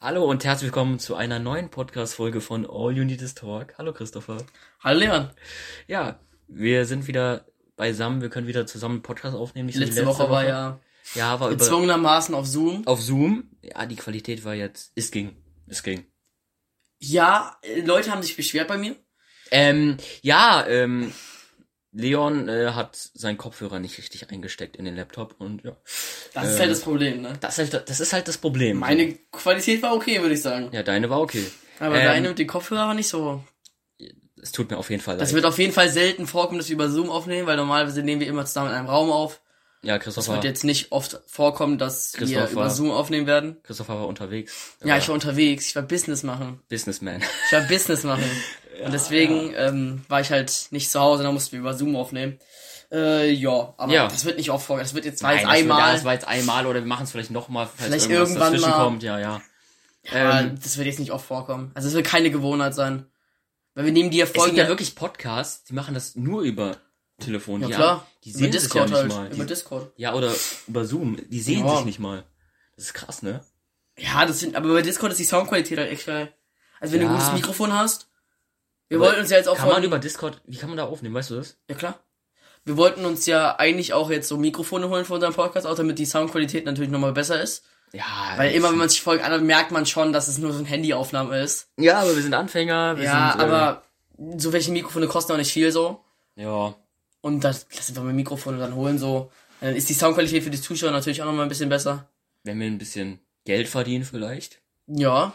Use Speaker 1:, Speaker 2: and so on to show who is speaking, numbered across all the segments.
Speaker 1: Hallo und herzlich willkommen zu einer neuen Podcast-Folge von All You Need Is Talk. Hallo Christopher.
Speaker 2: Hallo Leon.
Speaker 1: Ja, wir sind wieder beisammen, wir können wieder zusammen einen Podcast aufnehmen. Nicht so wie
Speaker 2: Letzte Woche war ja
Speaker 1: Ja, war über,
Speaker 2: gezwungenermaßen auf Zoom.
Speaker 1: auf Zoom. Ja, die Qualität war jetzt, es ging, es ging.
Speaker 2: Ja, äh, Leute haben sich beschwert bei mir.
Speaker 1: Ähm, ja, ähm, Leon äh, hat seinen Kopfhörer nicht richtig eingesteckt in den Laptop und ja.
Speaker 2: Das ist
Speaker 1: Äh.
Speaker 2: halt das Problem, ne?
Speaker 1: Das ist halt, das, ist halt das Problem.
Speaker 2: Meine Qualität war okay, würde ich sagen.
Speaker 1: Ja, deine war okay.
Speaker 2: Aber
Speaker 1: Ähm.
Speaker 2: deine mit den Kopfhörer war nicht so.
Speaker 1: Es tut mir auf jeden Fall
Speaker 2: Das
Speaker 1: leid.
Speaker 2: wird auf jeden Fall selten vorkommen, dass wir über Zoom aufnehmen, weil normalerweise nehmen wir immer zusammen in einem Raum auf.
Speaker 1: Ja,
Speaker 2: Es wird
Speaker 1: Christopher,
Speaker 2: jetzt nicht oft vorkommen, dass wir
Speaker 1: Christopher.
Speaker 2: über Zoom aufnehmen werden.
Speaker 1: Christopher war unterwegs. Er
Speaker 2: Ja, ich war unterwegs, ich war Business machen.
Speaker 1: Businessman.
Speaker 2: Ich war Business machen. Und deswegen ähm, war ich halt nicht zu Hause, da mussten wir über Zoom aufnehmen. Äh, ja, aber
Speaker 1: Ja.
Speaker 2: das wird nicht oft vorkommen. Das wird jetzt, war jetzt
Speaker 1: Nein, das wird- ja,
Speaker 2: einmal.
Speaker 1: Das war jetzt einmal oder wir machen es vielleicht nochmal, falls
Speaker 2: Vielleicht
Speaker 1: irgendwas
Speaker 2: irgendwann
Speaker 1: dazwischen
Speaker 2: mal.
Speaker 1: kommt. Ja, ja.
Speaker 2: Aber
Speaker 1: Ähm,
Speaker 2: das wird jetzt nicht oft vorkommen. Also es wird keine Gewohnheit sein. Weil wir nehmen die ja
Speaker 1: es
Speaker 2: Folgen
Speaker 1: gibt ja wirklich Podcasts, die machen das nur über Telefon.
Speaker 2: ja,
Speaker 1: die
Speaker 2: klar.
Speaker 1: Die
Speaker 2: über
Speaker 1: sehen sich ja
Speaker 2: Discord
Speaker 1: nicht
Speaker 2: halt.
Speaker 1: mal.
Speaker 2: Über
Speaker 1: Die,
Speaker 2: Discord.
Speaker 1: ja, oder über Zoom. Die sehen
Speaker 2: Ja.
Speaker 1: sich nicht mal. Das ist krass, ne?
Speaker 2: Ja, das sind, aber bei Discord ist die Soundqualität halt echt geil. Also wenn du
Speaker 1: Ja.
Speaker 2: ein gutes Mikrofon hast. Wir
Speaker 1: Aber
Speaker 2: wollten uns ja jetzt auch
Speaker 1: Kann man
Speaker 2: von,
Speaker 1: über Discord, wie kann man da aufnehmen, weißt du das?
Speaker 2: Ja klar. Wir wollten uns ja eigentlich auch jetzt so Mikrofone holen für unseren Podcast, auch damit die Soundqualität natürlich nochmal besser ist.
Speaker 1: Ja,
Speaker 2: Weil immer, wenn
Speaker 1: man
Speaker 2: man sich Folgen anhört, merkt man schon, dass es nur so eine Handyaufnahme ist.
Speaker 1: Ja, aber wir sind Anfänger, wir
Speaker 2: ja,
Speaker 1: sind, äh,
Speaker 2: aber so welche Mikrofone kosten auch nicht viel so.
Speaker 1: ja,
Speaker 2: Und das lass einfach mal Mikrofone dann holen so. Dann ist die Soundqualität für die Zuschauer natürlich auch nochmal ein bisschen besser.
Speaker 1: wenn wir ein bisschen Geld verdienen vielleicht.
Speaker 2: Ja,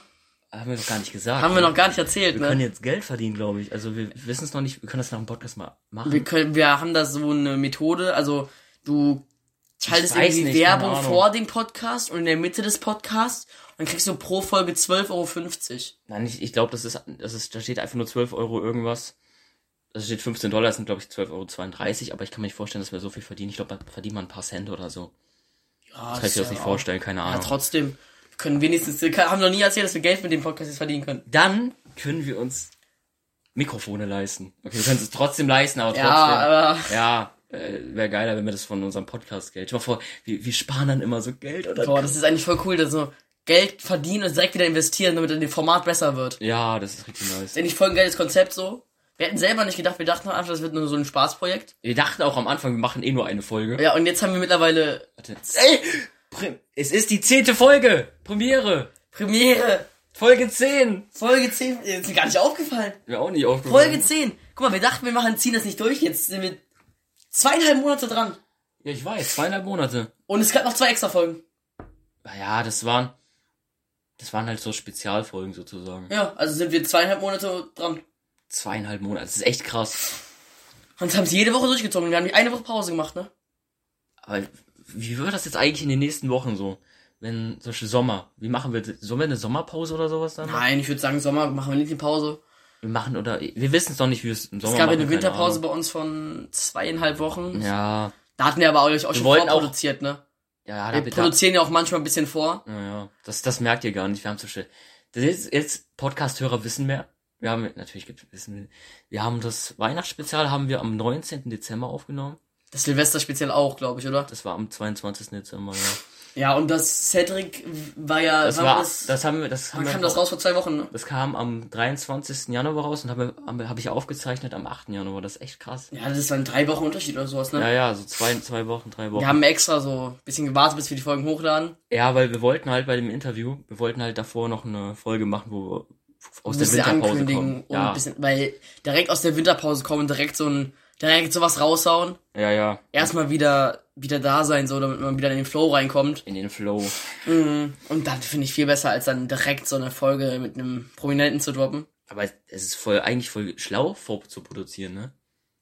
Speaker 1: Haben wir doch gar nicht gesagt.
Speaker 2: haben wir noch gar nicht erzählt,
Speaker 1: Wir
Speaker 2: ne?
Speaker 1: können jetzt Geld verdienen, glaube ich. Also wir wissen es noch nicht, wir können das nach dem Podcast mal machen.
Speaker 2: wir, können, wir haben da so eine Methode, also du schaltest
Speaker 1: weiß
Speaker 2: irgendwie
Speaker 1: nicht, keine
Speaker 2: Werbung
Speaker 1: Ahnung.
Speaker 2: vor dem Podcast und in der Mitte des Podcasts und dann kriegst du pro Folge 12,50 Euro.
Speaker 1: Nein, ich, ich glaube, das ist, das ist, da steht einfach nur 12 Euro irgendwas. Da steht 15 Dollar, das sind glaube ich 12,32 Euro, aber ich kann mir nicht vorstellen, dass wir so viel verdienen. Ich glaube, da verdient man ein paar Cent oder so.
Speaker 2: Ja,
Speaker 1: Das kann ich mir das nicht
Speaker 2: ja-
Speaker 1: vorstellen, keine
Speaker 2: Ja,
Speaker 1: Ahnung.
Speaker 2: trotzdem. Wir können wenigstens, wir haben noch nie erzählt, dass wir Geld mit dem Podcast jetzt verdienen können.
Speaker 1: Dann können wir uns Mikrofone leisten. Okay, wir können es trotzdem leisten, aber trotzdem.
Speaker 2: Ja, aber
Speaker 1: Ja, äh, wäre geiler, wenn wir das von unserem Podcast Geld. Stell dir mal vor, wir, wir sparen dann immer so Geld oder
Speaker 2: boah, das ist eigentlich voll cool, dass so Geld verdienen und direkt wieder investieren, damit dann dem Format besser wird.
Speaker 1: Ja, das ist richtig nice.
Speaker 2: Ist ja nicht voll ein geiles Konzept so. Wir hätten selber nicht gedacht, wir dachten am Anfang, das wird nur so ein Spaßprojekt.
Speaker 1: Wir dachten auch am Anfang, wir machen eh nur eine Folge.
Speaker 2: Ja, und jetzt haben wir mittlerweile
Speaker 1: Warte. Ey! Prim- Es ist die zehnte Folge! Premiere!
Speaker 2: Premiere.
Speaker 1: Folge 10!
Speaker 2: Folge 10. Ist mir gar nicht aufgefallen.
Speaker 1: Mir auch nicht aufgefallen.
Speaker 2: Folge 10. Guck mal, wir dachten, wir machen, ziehen das nicht durch. Jetzt sind wir zweieinhalb Monate dran.
Speaker 1: Ja, ich weiß, zweieinhalb Monate.
Speaker 2: Und es gab noch zwei extra Folgen.
Speaker 1: Naja, das waren. Das waren halt so Spezialfolgen sozusagen.
Speaker 2: Ja, also sind wir zweieinhalb Monate dran.
Speaker 1: Zweieinhalb Monate, das ist echt krass.
Speaker 2: Und haben es jede Woche durchgezogen. Wir haben nicht eine Woche Pause gemacht, ne?
Speaker 1: Aber wie wird das jetzt eigentlich in den nächsten Wochen so? Wenn, zum Beispiel Sommer. Wie machen wir das? Sollen wir eine Sommerpause oder sowas dann?
Speaker 2: Nein, ich würde sagen, Sommer machen wir nicht eine Pause.
Speaker 1: Wir machen oder. Wir wissen es noch nicht, wie wir es im Sommer
Speaker 2: Es gab ja
Speaker 1: machen.
Speaker 2: eine
Speaker 1: keine
Speaker 2: Winterpause bei uns von zweieinhalb Wochen.
Speaker 1: Ahnung. Ja.
Speaker 2: Da hatten wir aber auch, auch schon
Speaker 1: wollten auch-
Speaker 2: vorproduziert, ne?
Speaker 1: Ja,
Speaker 2: Wir
Speaker 1: da, da,
Speaker 2: produzieren ja auch manchmal ein bisschen vor.
Speaker 1: Naja, das, das merkt ihr gar nicht. Wir haben so schnell. Das ist jetzt Podcast-Hörer wissen mehr. Wir haben, natürlich gibt's Wissen mehr. Wir haben das Weihnachtsspezial haben wir am 19. Dezember aufgenommen.
Speaker 2: Das Silvester speziell auch, glaube ich, oder?
Speaker 1: Das war am 22. Dezember, ja.
Speaker 2: Ja, und das Cedric war ja.
Speaker 1: Das
Speaker 2: wann
Speaker 1: war,
Speaker 2: das,
Speaker 1: das, haben wir, das haben
Speaker 2: wann
Speaker 1: wir,
Speaker 2: kam das raus vor zwei Wochen, ne?
Speaker 1: das kam am 23. Januar raus und habe, habe hab ich aufgezeichnet am 8. Januar. Das ist echt krass.
Speaker 2: Ja, das ist dann drei Wochen Unterschied oder sowas, ne?
Speaker 1: Ja, ja, so zwei, zwei Wochen, drei Wochen.
Speaker 2: Wir haben extra so ein bisschen gewartet, bis wir die Folgen hochladen.
Speaker 1: Ja, weil wir wollten halt bei dem Interview, wir wollten halt davor noch eine Folge machen, wo wir aus der
Speaker 2: Müssen wir
Speaker 1: Winterpause
Speaker 2: ankündigen
Speaker 1: kommen.
Speaker 2: und ein
Speaker 1: Ja,
Speaker 2: bisschen, weil direkt aus der Winterpause kommen, direkt so ein, direkt sowas raushauen.
Speaker 1: ja, ja.
Speaker 2: Erstmal wieder, wieder da sein, so, damit man wieder in den Flow reinkommt.
Speaker 1: In den Flow.
Speaker 2: Mhm. Und dann finde ich viel besser, als dann direkt so eine Folge mit einem Prominenten zu droppen.
Speaker 1: Aber es ist voll, eigentlich voll schlau, vor zu produzieren, ne?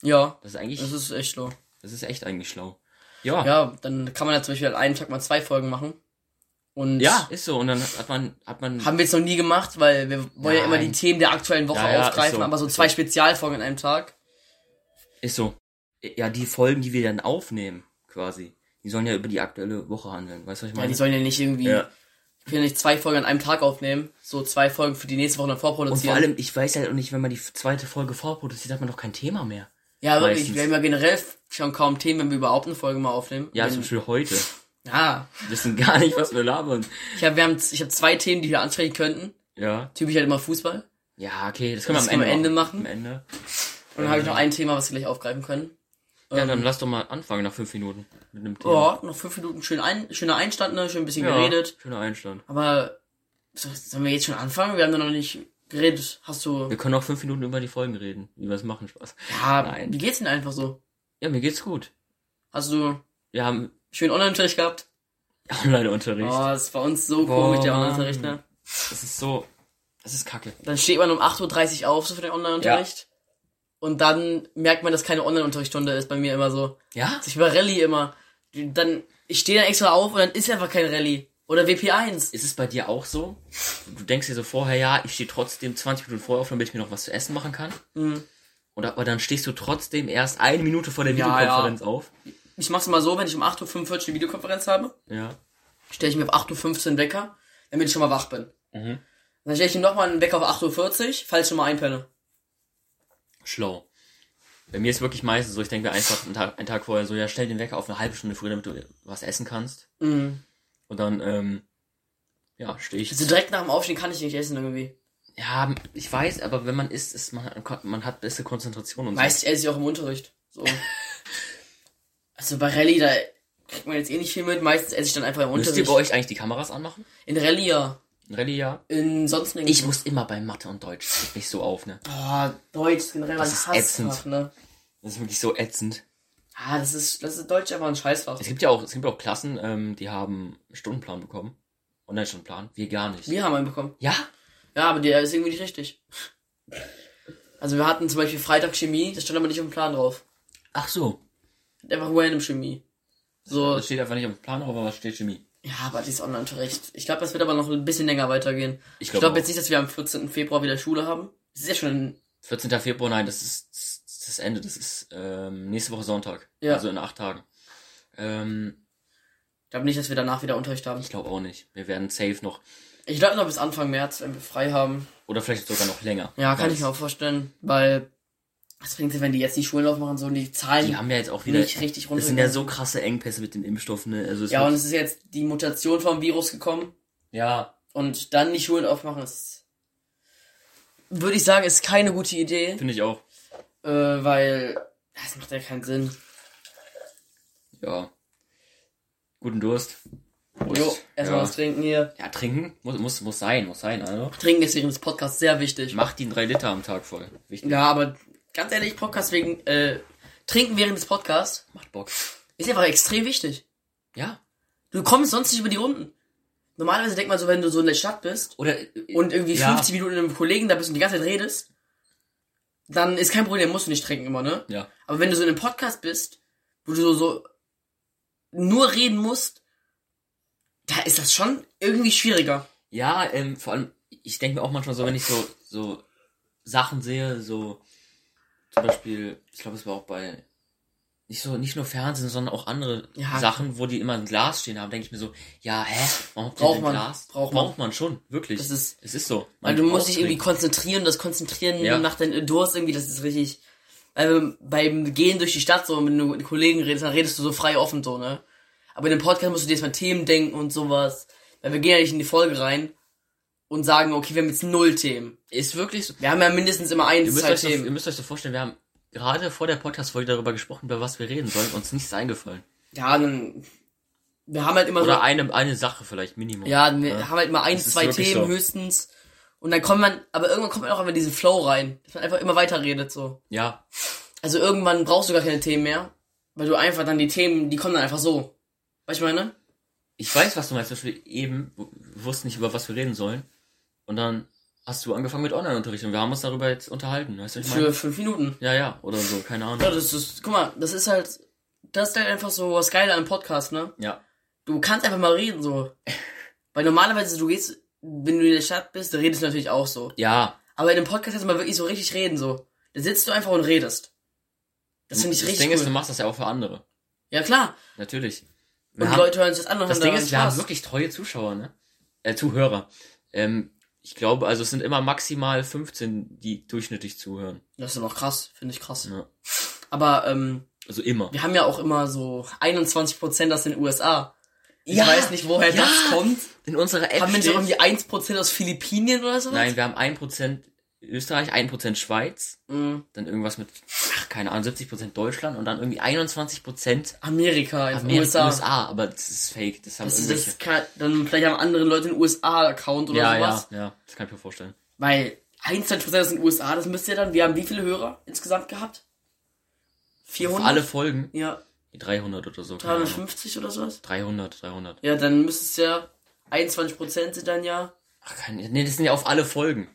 Speaker 2: Ja,
Speaker 1: Das ist eigentlich,
Speaker 2: das ist echt so.
Speaker 1: das ist echt eigentlich schlau. Ja, ja,
Speaker 2: Ja, dann kann man ja zum Beispiel an einem Tag mal zwei Folgen machen. Und
Speaker 1: ist so. Und dann hat man, hat man,
Speaker 2: haben wir jetzt noch nie gemacht, weil wir wollen ja immer die
Speaker 1: Nein.
Speaker 2: Themen der aktuellen Woche
Speaker 1: Ja, ja, ist
Speaker 2: aufgreifen,
Speaker 1: so,
Speaker 2: aber so
Speaker 1: ist
Speaker 2: zwei Spezialfolgen an einem Tag.
Speaker 1: ist so. Ja, die Folgen, die wir dann aufnehmen, quasi, die sollen ja über die aktuelle Woche handeln. Weißt du, was ich
Speaker 2: Ja,
Speaker 1: meine?
Speaker 2: die sollen ja nicht irgendwie,
Speaker 1: Ja.
Speaker 2: wir können ja nicht zwei Folgen an einem Tag aufnehmen, so zwei Folgen für die nächste Woche dann
Speaker 1: Und vor
Speaker 2: vorproduzieren.
Speaker 1: allem, ich weiß ja auch nicht, wenn man die zweite Folge vorproduziert, hat man doch kein Thema mehr.
Speaker 2: ja, wirklich,
Speaker 1: meistens.
Speaker 2: wir haben ja generell schon kaum Themen, wenn wir überhaupt eine Folge mal aufnehmen.
Speaker 1: Ja,
Speaker 2: wenn,
Speaker 1: zum Beispiel heute.
Speaker 2: Ja.
Speaker 1: Wir wissen gar nicht, was wir labern.
Speaker 2: Ich habe wir haben ich habe zwei Themen, die wir ansprechen könnten.
Speaker 1: Ja.
Speaker 2: Typisch halt immer Fußball.
Speaker 1: Ja, okay, das können
Speaker 2: Das
Speaker 1: wir am
Speaker 2: können wir
Speaker 1: Ende
Speaker 2: am
Speaker 1: Am
Speaker 2: Ende machen.
Speaker 1: Ende.
Speaker 2: Und dann habe ich noch ein Thema, was wir gleich aufgreifen können. Ähm.
Speaker 1: Ja, dann lass doch mal anfangen nach fünf Minuten mit einem Thema.
Speaker 2: Ja, noch fünf Minuten schön ein, schöner Einstand, ne? Schön ein bisschen geredet.
Speaker 1: Schöner Einstand.
Speaker 2: Aber so, sollen wir jetzt schon anfangen? Wir haben doch noch nicht geredet. Hast du.
Speaker 1: Wir können auch fünf Minuten über die Folgen reden. Wie wir es machen, Spaß.
Speaker 2: Ja,
Speaker 1: Nein.
Speaker 2: wie geht's denn einfach so?
Speaker 1: Ja, mir geht's gut.
Speaker 2: Hast du
Speaker 1: Wir haben
Speaker 2: schön Online-Unterricht gehabt?
Speaker 1: Online-Unterricht.
Speaker 2: Oh, das ist bei uns so
Speaker 1: Boah,
Speaker 2: komisch, der
Speaker 1: Mann.
Speaker 2: Online-Unterricht, ne?
Speaker 1: Das ist so, das ist kacke.
Speaker 2: Dann steht man um 8.30 Uhr auf, so für den Online-Unterricht. Und dann merkt man, dass keine Online-Unterrichtsstunde ist bei mir immer so.
Speaker 1: Ja?
Speaker 2: Also Ich war Rallye immer. Dann, ich stehe dann extra auf und dann ist einfach kein Rallye. Oder WP1.
Speaker 1: Ist es bei dir auch so? Du denkst dir so vorher, ja, ich stehe trotzdem 20 Minuten vorher auf, damit ich mir noch was zu essen machen kann.
Speaker 2: Mhm.
Speaker 1: Und aber dann stehst du trotzdem erst eine Minute vor der
Speaker 2: Ja,
Speaker 1: Videokonferenz auf.
Speaker 2: Ich mach's mal so, wenn ich um 8.45 Uhr eine Videokonferenz habe,
Speaker 1: Ja.
Speaker 2: stelle ich mir auf 8.15 Uhr einen Wecker, damit ich schon mal wach bin.
Speaker 1: Mhm.
Speaker 2: Dann stelle ich mir nochmal einen Wecker auf 8.40 Uhr, falls ich schon mal einpenne.
Speaker 1: Schlau. Bei mir ist wirklich meistens so, ich denke mir einfach einen Tag, einen Tag vorher so, ja, stell den Wecker auf eine halbe Stunde früher, damit du was essen kannst.
Speaker 2: Mhm.
Speaker 1: Und dann, ähm, ja, stehe ich.
Speaker 2: Also direkt nach dem Aufstehen kann ich nicht essen irgendwie.
Speaker 1: Ja, ich weiß, aber wenn man isst, ist man, man hat beste Konzentration und so.
Speaker 2: Meist esse ich auch im Unterricht. So. also bei Rallye, da kriegt man jetzt eh nicht viel mit. Meistens esse ich dann einfach im
Speaker 1: Müsst ihr
Speaker 2: Unterricht.
Speaker 1: bei euch eigentlich die Kameras anmachen?
Speaker 2: In Rallye ja.
Speaker 1: Rallye ja.
Speaker 2: In sonst nirgendwo.
Speaker 1: Ich muss immer bei Mathe und Deutsch. Das mich so auf, ne?
Speaker 2: Boah, Deutsch ist generell
Speaker 1: Das
Speaker 2: ein
Speaker 1: ist
Speaker 2: Hassfach,
Speaker 1: ätzend.
Speaker 2: ne?
Speaker 1: Das ist wirklich so ätzend.
Speaker 2: Ah, das ist, das ist Deutsch einfach ein Scheißfach.
Speaker 1: Es gibt ja auch, es gibt auch Klassen, ähm, die haben einen Stundenplan bekommen. Online-Stundenplan. Wir gar nicht.
Speaker 2: Wir haben einen bekommen.
Speaker 1: Ja?
Speaker 2: Ja, aber der ist irgendwie nicht richtig. Also wir hatten zum Beispiel Freitag Chemie, das stand aber nicht auf dem Plan drauf.
Speaker 1: Ach so.
Speaker 2: Einfach random Chemie. So,
Speaker 1: Das steht einfach nicht auf dem Plan drauf, aber was steht Chemie?
Speaker 2: ja, aber dieses Online-Unterricht. Ich glaube, das wird aber noch ein bisschen länger weitergehen.
Speaker 1: Ich
Speaker 2: Ich
Speaker 1: glaub
Speaker 2: glaube
Speaker 1: auch.
Speaker 2: glaub jetzt nicht, dass wir am 14. Februar wieder Schule haben. Das ist ja schon,
Speaker 1: 14. Februar, nein, das ist, das ist das Ende. Das ist ähm, nächste Woche Sonntag.
Speaker 2: Ja.
Speaker 1: Also in acht Tagen. Ähm,
Speaker 2: ich glaube nicht, dass wir danach wieder Unterricht haben.
Speaker 1: ich glaube auch nicht. Wir werden safe noch.
Speaker 2: Ich glaube noch bis Anfang März, wenn wir frei haben.
Speaker 1: Oder vielleicht sogar noch länger.
Speaker 2: Ja, kann
Speaker 1: Weiß.
Speaker 2: ich mir auch vorstellen, weil was bringt denn, wenn die jetzt die Schulen aufmachen, so und die Zahlen.
Speaker 1: Die haben ja jetzt auch wieder.
Speaker 2: Nicht richtig
Speaker 1: das sind ja
Speaker 2: runtergegangen.
Speaker 1: so krasse Engpässe mit den Impfstoffen, ne? Also es
Speaker 2: ja,
Speaker 1: wird-
Speaker 2: und es ist jetzt die Mutation vom Virus gekommen
Speaker 1: ja,
Speaker 2: und dann die Schulen aufmachen, ist würde ich sagen, ist keine gute Idee,
Speaker 1: finde ich auch.
Speaker 2: äh, weil das macht ja keinen Sinn.
Speaker 1: Ja. Guten Durst. Prost.
Speaker 2: Jo, erstmal
Speaker 1: ja.
Speaker 2: was trinken hier.
Speaker 1: Ja, trinken muss, muss, muss sein, muss sein, also.
Speaker 2: Trinken ist während des Podcasts sehr wichtig.
Speaker 1: Mach die drei Liter am Tag voll. Wichtig.
Speaker 2: Ja, aber ganz ehrlich, Podcast wegen äh, trinken während des Podcasts
Speaker 1: Macht Bock.
Speaker 2: ist einfach extrem wichtig.
Speaker 1: Ja.
Speaker 2: Du kommst sonst nicht über die Runden. Normalerweise denkt man so, wenn du so in der Stadt bist
Speaker 1: Oder äh,
Speaker 2: und irgendwie
Speaker 1: Ja.
Speaker 2: 50 Minuten mit einem Kollegen da bist und die ganze Zeit redest, dann ist kein Problem, musst du nicht trinken immer, ne?
Speaker 1: ja.
Speaker 2: Aber wenn du so in einem Podcast bist, wo du so, so nur reden musst, da ist das schon irgendwie schwieriger.
Speaker 1: Ja, ähm, vor allem, ich denke mir auch manchmal so, wenn ich so, so Sachen sehe, so zum Beispiel, ich glaube, es war auch bei nicht so, nicht nur Fernsehen, sondern auch andere
Speaker 2: Ja.
Speaker 1: Sachen, wo die immer ein Glas stehen haben, denke ich mir so, ja, hä? Warum habt ihr
Speaker 2: Braucht
Speaker 1: denn
Speaker 2: man,
Speaker 1: Glas?
Speaker 2: braucht man.
Speaker 1: Braucht man schon, wirklich.
Speaker 2: Das ist-
Speaker 1: es ist so. Man
Speaker 2: Weil du musst
Speaker 1: braucht
Speaker 2: dich irgendwie
Speaker 1: trinken.
Speaker 2: konzentrieren, das Konzentrieren
Speaker 1: Ja.
Speaker 2: macht dein Durst irgendwie, das ist richtig. Ähm, beim Gehen durch die Stadt, so, wenn du mit Kollegen redest, dann redest du so frei offen, so, ne? Aber in dem Podcast musst du dir erstmal Themen denken und sowas. Weil wir gehen ja nicht in die Folge rein und sagen, okay, wir haben jetzt null Themen.
Speaker 1: Ist wirklich so.
Speaker 2: Wir haben ja mindestens immer ein,
Speaker 1: Ihr müsst,
Speaker 2: zwei
Speaker 1: euch so, ihr
Speaker 2: Themen.
Speaker 1: müsst euch so vorstellen, wir haben gerade vor der Podcast-Folge darüber gesprochen, über was wir reden sollen, uns nichts eingefallen.
Speaker 2: Ja, dann, wir haben halt immer so
Speaker 1: Oder eine, eine Sache vielleicht, Minimum.
Speaker 2: Ja, wir haben halt mal ein,
Speaker 1: Das ist
Speaker 2: zwei
Speaker 1: wirklich
Speaker 2: Themen
Speaker 1: so.
Speaker 2: höchstens. Und dann kommt man, aber irgendwann kommt man auch einfach in diesen Flow rein, dass man einfach immer weiter redet so.
Speaker 1: Ja,
Speaker 2: Also irgendwann brauchst du gar keine Themen mehr, weil du einfach dann die Themen, die kommen dann einfach so. Weißt du, was ich meine?
Speaker 1: ich weiß, was du meinst. Zum Beispiel eben, w- wir wussten nicht, über was wir reden sollen. Und dann hast du angefangen mit Online-Unterricht und wir haben uns darüber jetzt unterhalten. Weißt du, was ich meine?
Speaker 2: Für fünf Minuten.
Speaker 1: Ja, ja, oder so, keine
Speaker 2: Ja,
Speaker 1: Ahnung.
Speaker 2: das ist, guck mal, das ist halt, das ist halt einfach so was Geile an Podcast, ne?
Speaker 1: Ja,
Speaker 2: Du kannst einfach mal reden so. Weil normalerweise du gehst, wenn du in der Stadt bist, dann redest du natürlich auch so.
Speaker 1: ja.
Speaker 2: Aber in dem Podcast kannst du mal wirklich so richtig reden so. Da sitzt du einfach und redest. Das finde ich
Speaker 1: Das
Speaker 2: richtig
Speaker 1: Ding
Speaker 2: cool.
Speaker 1: ist, du machst das ja auch für andere.
Speaker 2: ja klar.
Speaker 1: Natürlich. Wir
Speaker 2: Und die
Speaker 1: haben-
Speaker 2: Leute hören sich das an und
Speaker 1: Das
Speaker 2: haben
Speaker 1: Ding
Speaker 2: daran
Speaker 1: ist, wir haben
Speaker 2: Spaß.
Speaker 1: wirklich treue Zuschauer, ne? Äh, Zuhörer. Ähm, ich glaube, also es sind immer maximal 15, die durchschnittlich zuhören.
Speaker 2: Das ist aber auch krass, finde ich krass.
Speaker 1: Ja.
Speaker 2: Aber ähm,
Speaker 1: Also immer.
Speaker 2: wir haben ja auch immer so 21 Prozent aus den USA. Ich
Speaker 1: Ja.
Speaker 2: weiß nicht, woher
Speaker 1: Ja.
Speaker 2: das kommt.
Speaker 1: In unserer App
Speaker 2: Haben wir nicht
Speaker 1: steht,
Speaker 2: irgendwie 1% aus Philippinen oder sowas?
Speaker 1: Nein, wir haben 1% Österreich, 1% Schweiz,
Speaker 2: Mhm.
Speaker 1: dann irgendwas mit, ach, keine Ahnung, 70% Deutschland und dann irgendwie 21%
Speaker 2: Amerika, in den
Speaker 1: Amerika,
Speaker 2: USA.
Speaker 1: USA, aber das ist fake, das haben
Speaker 2: Das ist,
Speaker 1: irgendwelche.
Speaker 2: das kann, dann vielleicht haben andere Leute einen USA-Account oder
Speaker 1: ja,
Speaker 2: sowas.
Speaker 1: ja, ja, das kann ich mir vorstellen.
Speaker 2: Weil 21% aus den USA, das müsst ihr dann, wir haben wie viele Hörer insgesamt gehabt? 400?
Speaker 1: Für alle Folgen,
Speaker 2: Ja,
Speaker 1: die 300 oder so, keine Ahnung.
Speaker 2: 350 oder sowas?
Speaker 1: 300, 300.
Speaker 2: Ja, dann müsste es ja 21% sind dann ja.
Speaker 1: Ach, kein, nee, das sind ja auf alle Folgen.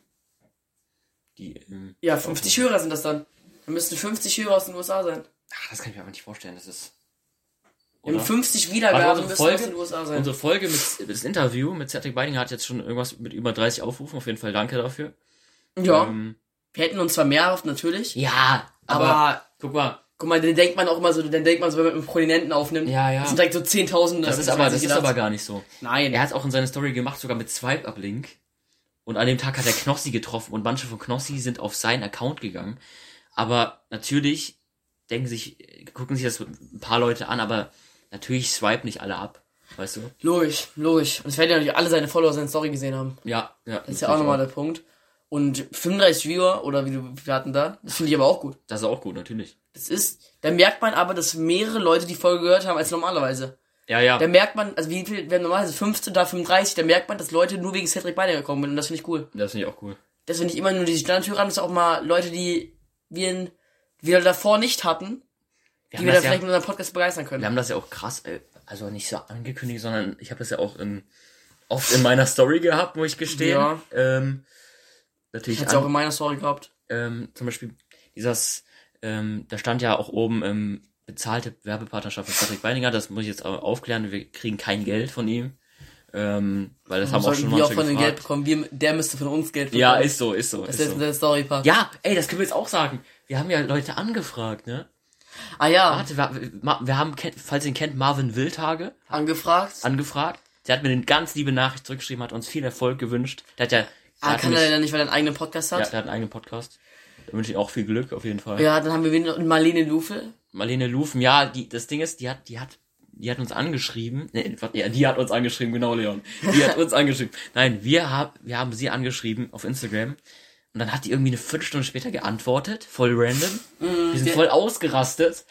Speaker 1: Die, ähm,
Speaker 2: Ja, 50 Hörer sind das dann. Dann müssten 50 Hörer aus den USA sein.
Speaker 1: ach, das kann ich mir aber nicht vorstellen, das ist,
Speaker 2: Und
Speaker 1: oder?
Speaker 2: 50
Speaker 1: Warte,
Speaker 2: Wiedergaben
Speaker 1: unsere
Speaker 2: müssen
Speaker 1: Folge-
Speaker 2: aus den USA sein.
Speaker 1: Unsere Folge mit, das Interview mit Cedric Beidinger hat jetzt schon irgendwas mit über 30 Aufrufen, auf jeden Fall danke dafür.
Speaker 2: Ja,
Speaker 1: Ähm,
Speaker 2: wir hätten uns zwar mehr erhofft, natürlich.
Speaker 1: ja,
Speaker 2: Aber,
Speaker 1: aber guck mal,
Speaker 2: guck mal, dann denkt man auch immer so, dann denkt man so, wenn man mit einem Prominenten aufnimmt.
Speaker 1: Ja, ja.
Speaker 2: Das sind direkt so Zehntausende.
Speaker 1: Das ist aber, das ist aber gar nicht so.
Speaker 2: Nein.
Speaker 1: Er hat auch in seiner Story gemacht, sogar mit Swipe-Up-Link. Und an dem Tag hat er Knossi getroffen und manche von Knossi sind auf seinen Account gegangen. Aber natürlich denken sich, gucken sich das ein paar Leute an, aber natürlich swipe nicht alle ab. Weißt du?
Speaker 2: Logisch, logisch. Und es werden ja natürlich alle seine Follower seine Story gesehen haben.
Speaker 1: Ja, ja.
Speaker 2: Das ist ja auch nochmal der Punkt. Und 35 Viewer, oder wie du wir hatten da, das finde ich aber auch gut.
Speaker 1: Das ist auch gut, natürlich.
Speaker 2: Das ist, da merkt man aber, dass mehrere Leute die Folge gehört haben als normalerweise.
Speaker 1: Ja, ja.
Speaker 2: Da merkt man, also wie viel, wenn normalerweise 15 da 35, da merkt man, dass Leute nur wegen Cedric Beiner gekommen sind und das finde ich cool.
Speaker 1: Das finde ich auch cool.
Speaker 2: Dass wir nicht immer nur diese Standardhörer haben, dass auch mal Leute, die wir, in- wir davor nicht hatten,
Speaker 1: Wir
Speaker 2: die
Speaker 1: haben,
Speaker 2: wir da
Speaker 1: das
Speaker 2: vielleicht
Speaker 1: ja,
Speaker 2: mit unserem Podcast begeistern können.
Speaker 1: wir haben das ja auch krass, äh, also nicht so angekündigt, sondern ich habe das ja auch in, oft in meiner Story gehabt, muss ich gestehen.
Speaker 2: Ja.
Speaker 1: Ähm, natürlich
Speaker 2: Ich hatte es auch in meiner Story gehabt.
Speaker 1: ähm, zum Beispiel dieses, ähm, da stand ja auch oben ähm, bezahlte Werbepartnerschaft mit Patrick Weininger, das muss ich jetzt au- aufklären, wir kriegen kein Geld von ihm, ähm, weil das haben auch schon
Speaker 2: Sollten wir auch
Speaker 1: manche
Speaker 2: von dem
Speaker 1: gefragt.
Speaker 2: Geld bekommen, wir, der müsste von uns Geld bekommen.
Speaker 1: ja, ist so, ist so,
Speaker 2: Das
Speaker 1: ist
Speaker 2: ist jetzt
Speaker 1: so.
Speaker 2: der Story-Part.
Speaker 1: Ja, ey, das können wir jetzt auch sagen. Wir haben ja Leute angefragt, ne?
Speaker 2: Ah ja,
Speaker 1: Warte, wir, Ma- wir haben, kennt- falls ihr ihn kennt, Marvin Wildhage
Speaker 2: angefragt.
Speaker 1: angefragt. Der hat mir eine ganz liebe Nachricht zurückgeschrieben, hat uns viel Erfolg gewünscht. Der hat ja, der
Speaker 2: Ah,
Speaker 1: hat
Speaker 2: kann
Speaker 1: mich-
Speaker 2: er dann nicht, weil er einen eigenen Podcast
Speaker 1: ja,
Speaker 2: hat?
Speaker 1: der hat einen eigenen Podcast. Da wünsche ich auch viel Glück, auf jeden Fall.
Speaker 2: Ja, dann haben wir wieder und Marlene Lufe.
Speaker 1: Marlene Lufen, ja, die, das Ding ist, die hat, die hat, die hat uns angeschrieben. Nee, warte, ja, die hat uns angeschrieben, genau, Leon. Die hat uns angeschrieben. Nein, wir, hab, wir haben sie angeschrieben auf Instagram. Und dann hat die irgendwie eine Viertelstunde später geantwortet, voll random. wir sind
Speaker 2: Mhm, der-
Speaker 1: voll ausgerastet.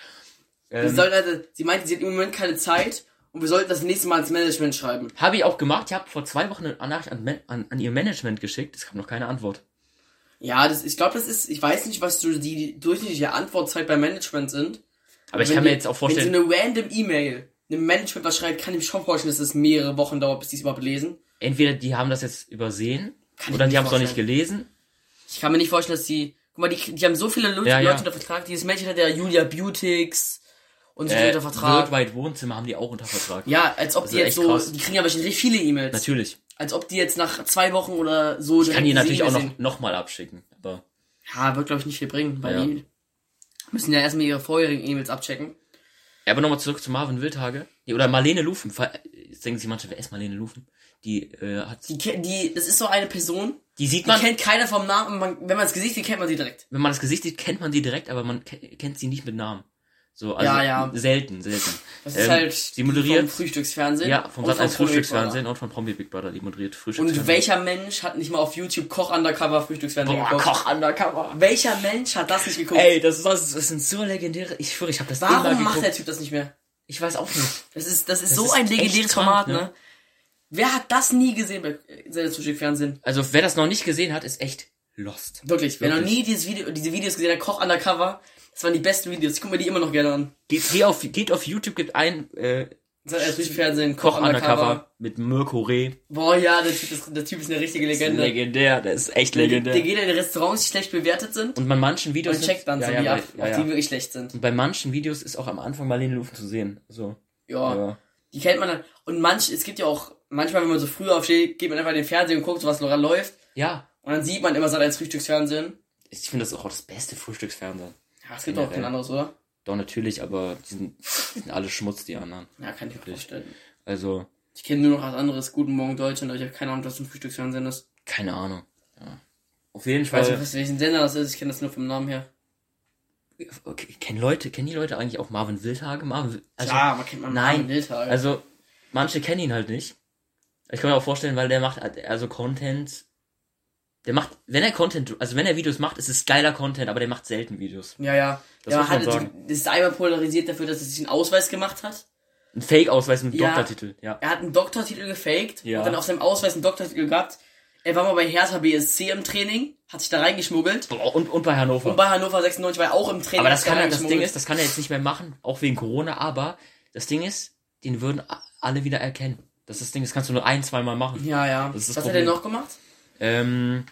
Speaker 2: Wir
Speaker 1: Ähm,
Speaker 2: sollten also, sie meinte, sie hat im Moment keine Zeit und wir sollten das nächste Mal ins Management schreiben.
Speaker 1: habe ich auch gemacht. Ich habe vor zwei Wochen eine Nachricht an, Man- an, an ihr Management geschickt. Es kam noch keine Antwort.
Speaker 2: Ja, das, ich glaube, das ist, ich weiß nicht, was so die durchschnittliche Antwortzeit beim Management sind.
Speaker 1: Aber ich
Speaker 2: Also Wenn
Speaker 1: kann mir
Speaker 2: die-
Speaker 1: jetzt auch vorstellen,
Speaker 2: Wenn so eine random E-Mail einem Management was schreibt, kann ich mir schon vorstellen, dass es mehrere Wochen dauert, bis die es überhaupt lesen.
Speaker 1: entweder die haben das jetzt übersehen
Speaker 2: Kann ich
Speaker 1: oder
Speaker 2: mir
Speaker 1: die haben es noch nicht
Speaker 2: vorstellen.
Speaker 1: gelesen.
Speaker 2: Ich kann mir nicht vorstellen, dass die, guck mal, die, die haben so viele Leute,
Speaker 1: Ja, ja.
Speaker 2: Leute unter Vertrag. Dieses Mädchen hat ja Julia Beautix und so äh,
Speaker 1: Äh,
Speaker 2: unter Vertrag.
Speaker 1: Worldwide Wohnzimmer haben die auch unter Vertrag.
Speaker 2: Ja, als ob
Speaker 1: Das
Speaker 2: die
Speaker 1: ist
Speaker 2: jetzt
Speaker 1: echt
Speaker 2: so,
Speaker 1: krass.
Speaker 2: die kriegen ja wahrscheinlich viele E-Mails.
Speaker 1: Natürlich.
Speaker 2: Als ob die jetzt nach zwei Wochen oder so.
Speaker 1: Ich kann die natürlich auch noch, noch mal abschicken. Aber
Speaker 2: Ja, wird glaube ich nicht viel bringen, weil
Speaker 1: Ja.
Speaker 2: die müssen ja erstmal ihre vorherigen E-Mails abchecken.
Speaker 1: Ja, aber nochmal zurück zu Marvin Wildhage. Nee, oder Marlene Lufen. Fa- Jetzt denken sich manche, wer ist Marlene Lufen? Die äh, hat.
Speaker 2: Die, ke- die, das ist so eine Person,
Speaker 1: Die sieht
Speaker 2: die
Speaker 1: man,
Speaker 2: kennt keiner vom Namen. Man, wenn man das Gesicht sieht, kennt man sie direkt.
Speaker 1: wenn man das Gesicht sieht, kennt man die direkt, aber man ke- kennt sie nicht mit Namen. So, also
Speaker 2: Ja, ja.
Speaker 1: selten, selten.
Speaker 2: Das ist
Speaker 1: Ähm,
Speaker 2: halt
Speaker 1: Sie
Speaker 2: vom
Speaker 1: moderiert.
Speaker 2: Frühstücksfernsehen.
Speaker 1: Ja, vom
Speaker 2: und
Speaker 1: Sat 1
Speaker 2: Promi Big
Speaker 1: Frühstücksfernsehen Genau. und von Promi Big Brother, die moderiert
Speaker 2: Brother. Und
Speaker 1: Frühstücksfernsehen.
Speaker 2: welcher Mensch hat nicht mal auf YouTube Koch Undercover Frühstücksfernsehen
Speaker 1: Boah,
Speaker 2: geguckt?
Speaker 1: Koch Undercover.
Speaker 2: Welcher Mensch hat das nicht geguckt?
Speaker 1: Ey, das, ist- das, ist- das sind so legendäre. Ich schwöre, ich habe das immer
Speaker 2: Warum
Speaker 1: geguckt.
Speaker 2: macht der Typ das nicht mehr?
Speaker 1: Ich weiß auch nicht.
Speaker 2: Das ist, das ist so
Speaker 1: ist
Speaker 2: ein
Speaker 1: echt
Speaker 2: legendäres
Speaker 1: krank,
Speaker 2: Format,
Speaker 1: ne?
Speaker 2: ne? Wer hat das nie gesehen bei äh, Sendungsfrühstück-Fernsehen?
Speaker 1: Also, wer das noch nicht gesehen hat, ist echt lost.
Speaker 2: Wirklich, wer noch
Speaker 1: Wirklich.
Speaker 2: nie dieses Video, diese Videos gesehen hat, Koch Undercover, das waren die besten Videos. Ich gucke mir die immer noch gerne an.
Speaker 1: Geht, geh auf, geht auf YouTube, gibt ein äh,
Speaker 2: Sendungsfrühstück-Fernsehen, Koch,
Speaker 1: Koch
Speaker 2: Undercover.
Speaker 1: Undercover mit Mirko Reh.
Speaker 2: Boah, ja, der typ, ist, der typ ist eine richtige Legende.
Speaker 1: Legendär, der ist echt
Speaker 2: Der geht in Restaurants, die schlecht bewertet sind
Speaker 1: Und bei manchen Videos.
Speaker 2: und checkt dann
Speaker 1: ja,
Speaker 2: so
Speaker 1: ja,
Speaker 2: die
Speaker 1: bei,
Speaker 2: ab,
Speaker 1: ja,
Speaker 2: ob
Speaker 1: ja.
Speaker 2: die wirklich schlecht sind.
Speaker 1: Und bei manchen Videos ist auch am Anfang Marlene Lufen zu sehen. So.
Speaker 2: Ja,
Speaker 1: Ja.
Speaker 2: die kennt man dann. Und manch, es gibt ja auch, manchmal, wenn man so früh aufsteht, geht man einfach in den Fernsehen und guckt, so was Laura läuft.
Speaker 1: ja.
Speaker 2: Und dann sieht man immer seit als Frühstücksfernsehen.
Speaker 1: Ich finde das auch das beste Frühstücksfernsehen.
Speaker 2: Ja, es gibt auch kein
Speaker 1: Generell.
Speaker 2: anderes, oder?
Speaker 1: Doch, natürlich, aber die sind, die sind alle Schmutz, die anderen.
Speaker 2: Ja, kann ich mir vorstellen.
Speaker 1: Also,
Speaker 2: Ich kenne nur noch was anderes. Guten Morgen Deutschland, aber ich habe keine Ahnung, was ein Frühstücksfernsehen ist.
Speaker 1: keine Ahnung. Ja. Auf jeden
Speaker 2: Ich weiß
Speaker 1: Fall.
Speaker 2: nicht, was, welchen Sender das ist. Ich kenne das nur vom Namen her.
Speaker 1: Okay, kennen Leute, kennen die Leute eigentlich auch Marvin Wildhage? Marvin, Wil- also,
Speaker 2: ja, man kennt man
Speaker 1: nein.
Speaker 2: Namen Wildhagen.
Speaker 1: also, manche kennen ihn halt nicht. Ich kann mir auch vorstellen, weil der macht halt- also Content. Der macht, wenn er Content, also wenn er Videos macht, ist es geiler Content, aber der macht selten Videos.
Speaker 2: Ja, ja.
Speaker 1: Das
Speaker 2: ja,
Speaker 1: muss man
Speaker 2: hat,
Speaker 1: sagen.
Speaker 2: ist einmal polarisiert dafür, dass er sich einen Ausweis gemacht hat.
Speaker 1: Ein Fake-Ausweis mit
Speaker 2: Ja.
Speaker 1: Doktortitel, ja.
Speaker 2: Er hat einen Doktortitel gefaked
Speaker 1: Ja.
Speaker 2: und dann auf seinem Ausweis einen Doktortitel gehabt. Er war mal bei Hertha BSC im Training, hat sich da reingeschmuggelt.
Speaker 1: Boah, Und, und bei Hannover.
Speaker 2: Und bei Hannover 96 war er auch im Training.
Speaker 1: aber das
Speaker 2: hat sich
Speaker 1: kann
Speaker 2: da
Speaker 1: er, das Ding
Speaker 2: reingeschmuggelt.
Speaker 1: ist, das kann er jetzt nicht mehr machen, auch wegen Corona, aber das Ding ist, den würden a- alle wieder erkennen. Das ist das Ding, das kannst du nur ein, zweimal machen.
Speaker 2: Ja, ja.
Speaker 1: Das ist das
Speaker 2: Was hat er
Speaker 1: Problem.
Speaker 2: noch gemacht?
Speaker 1: Ähm,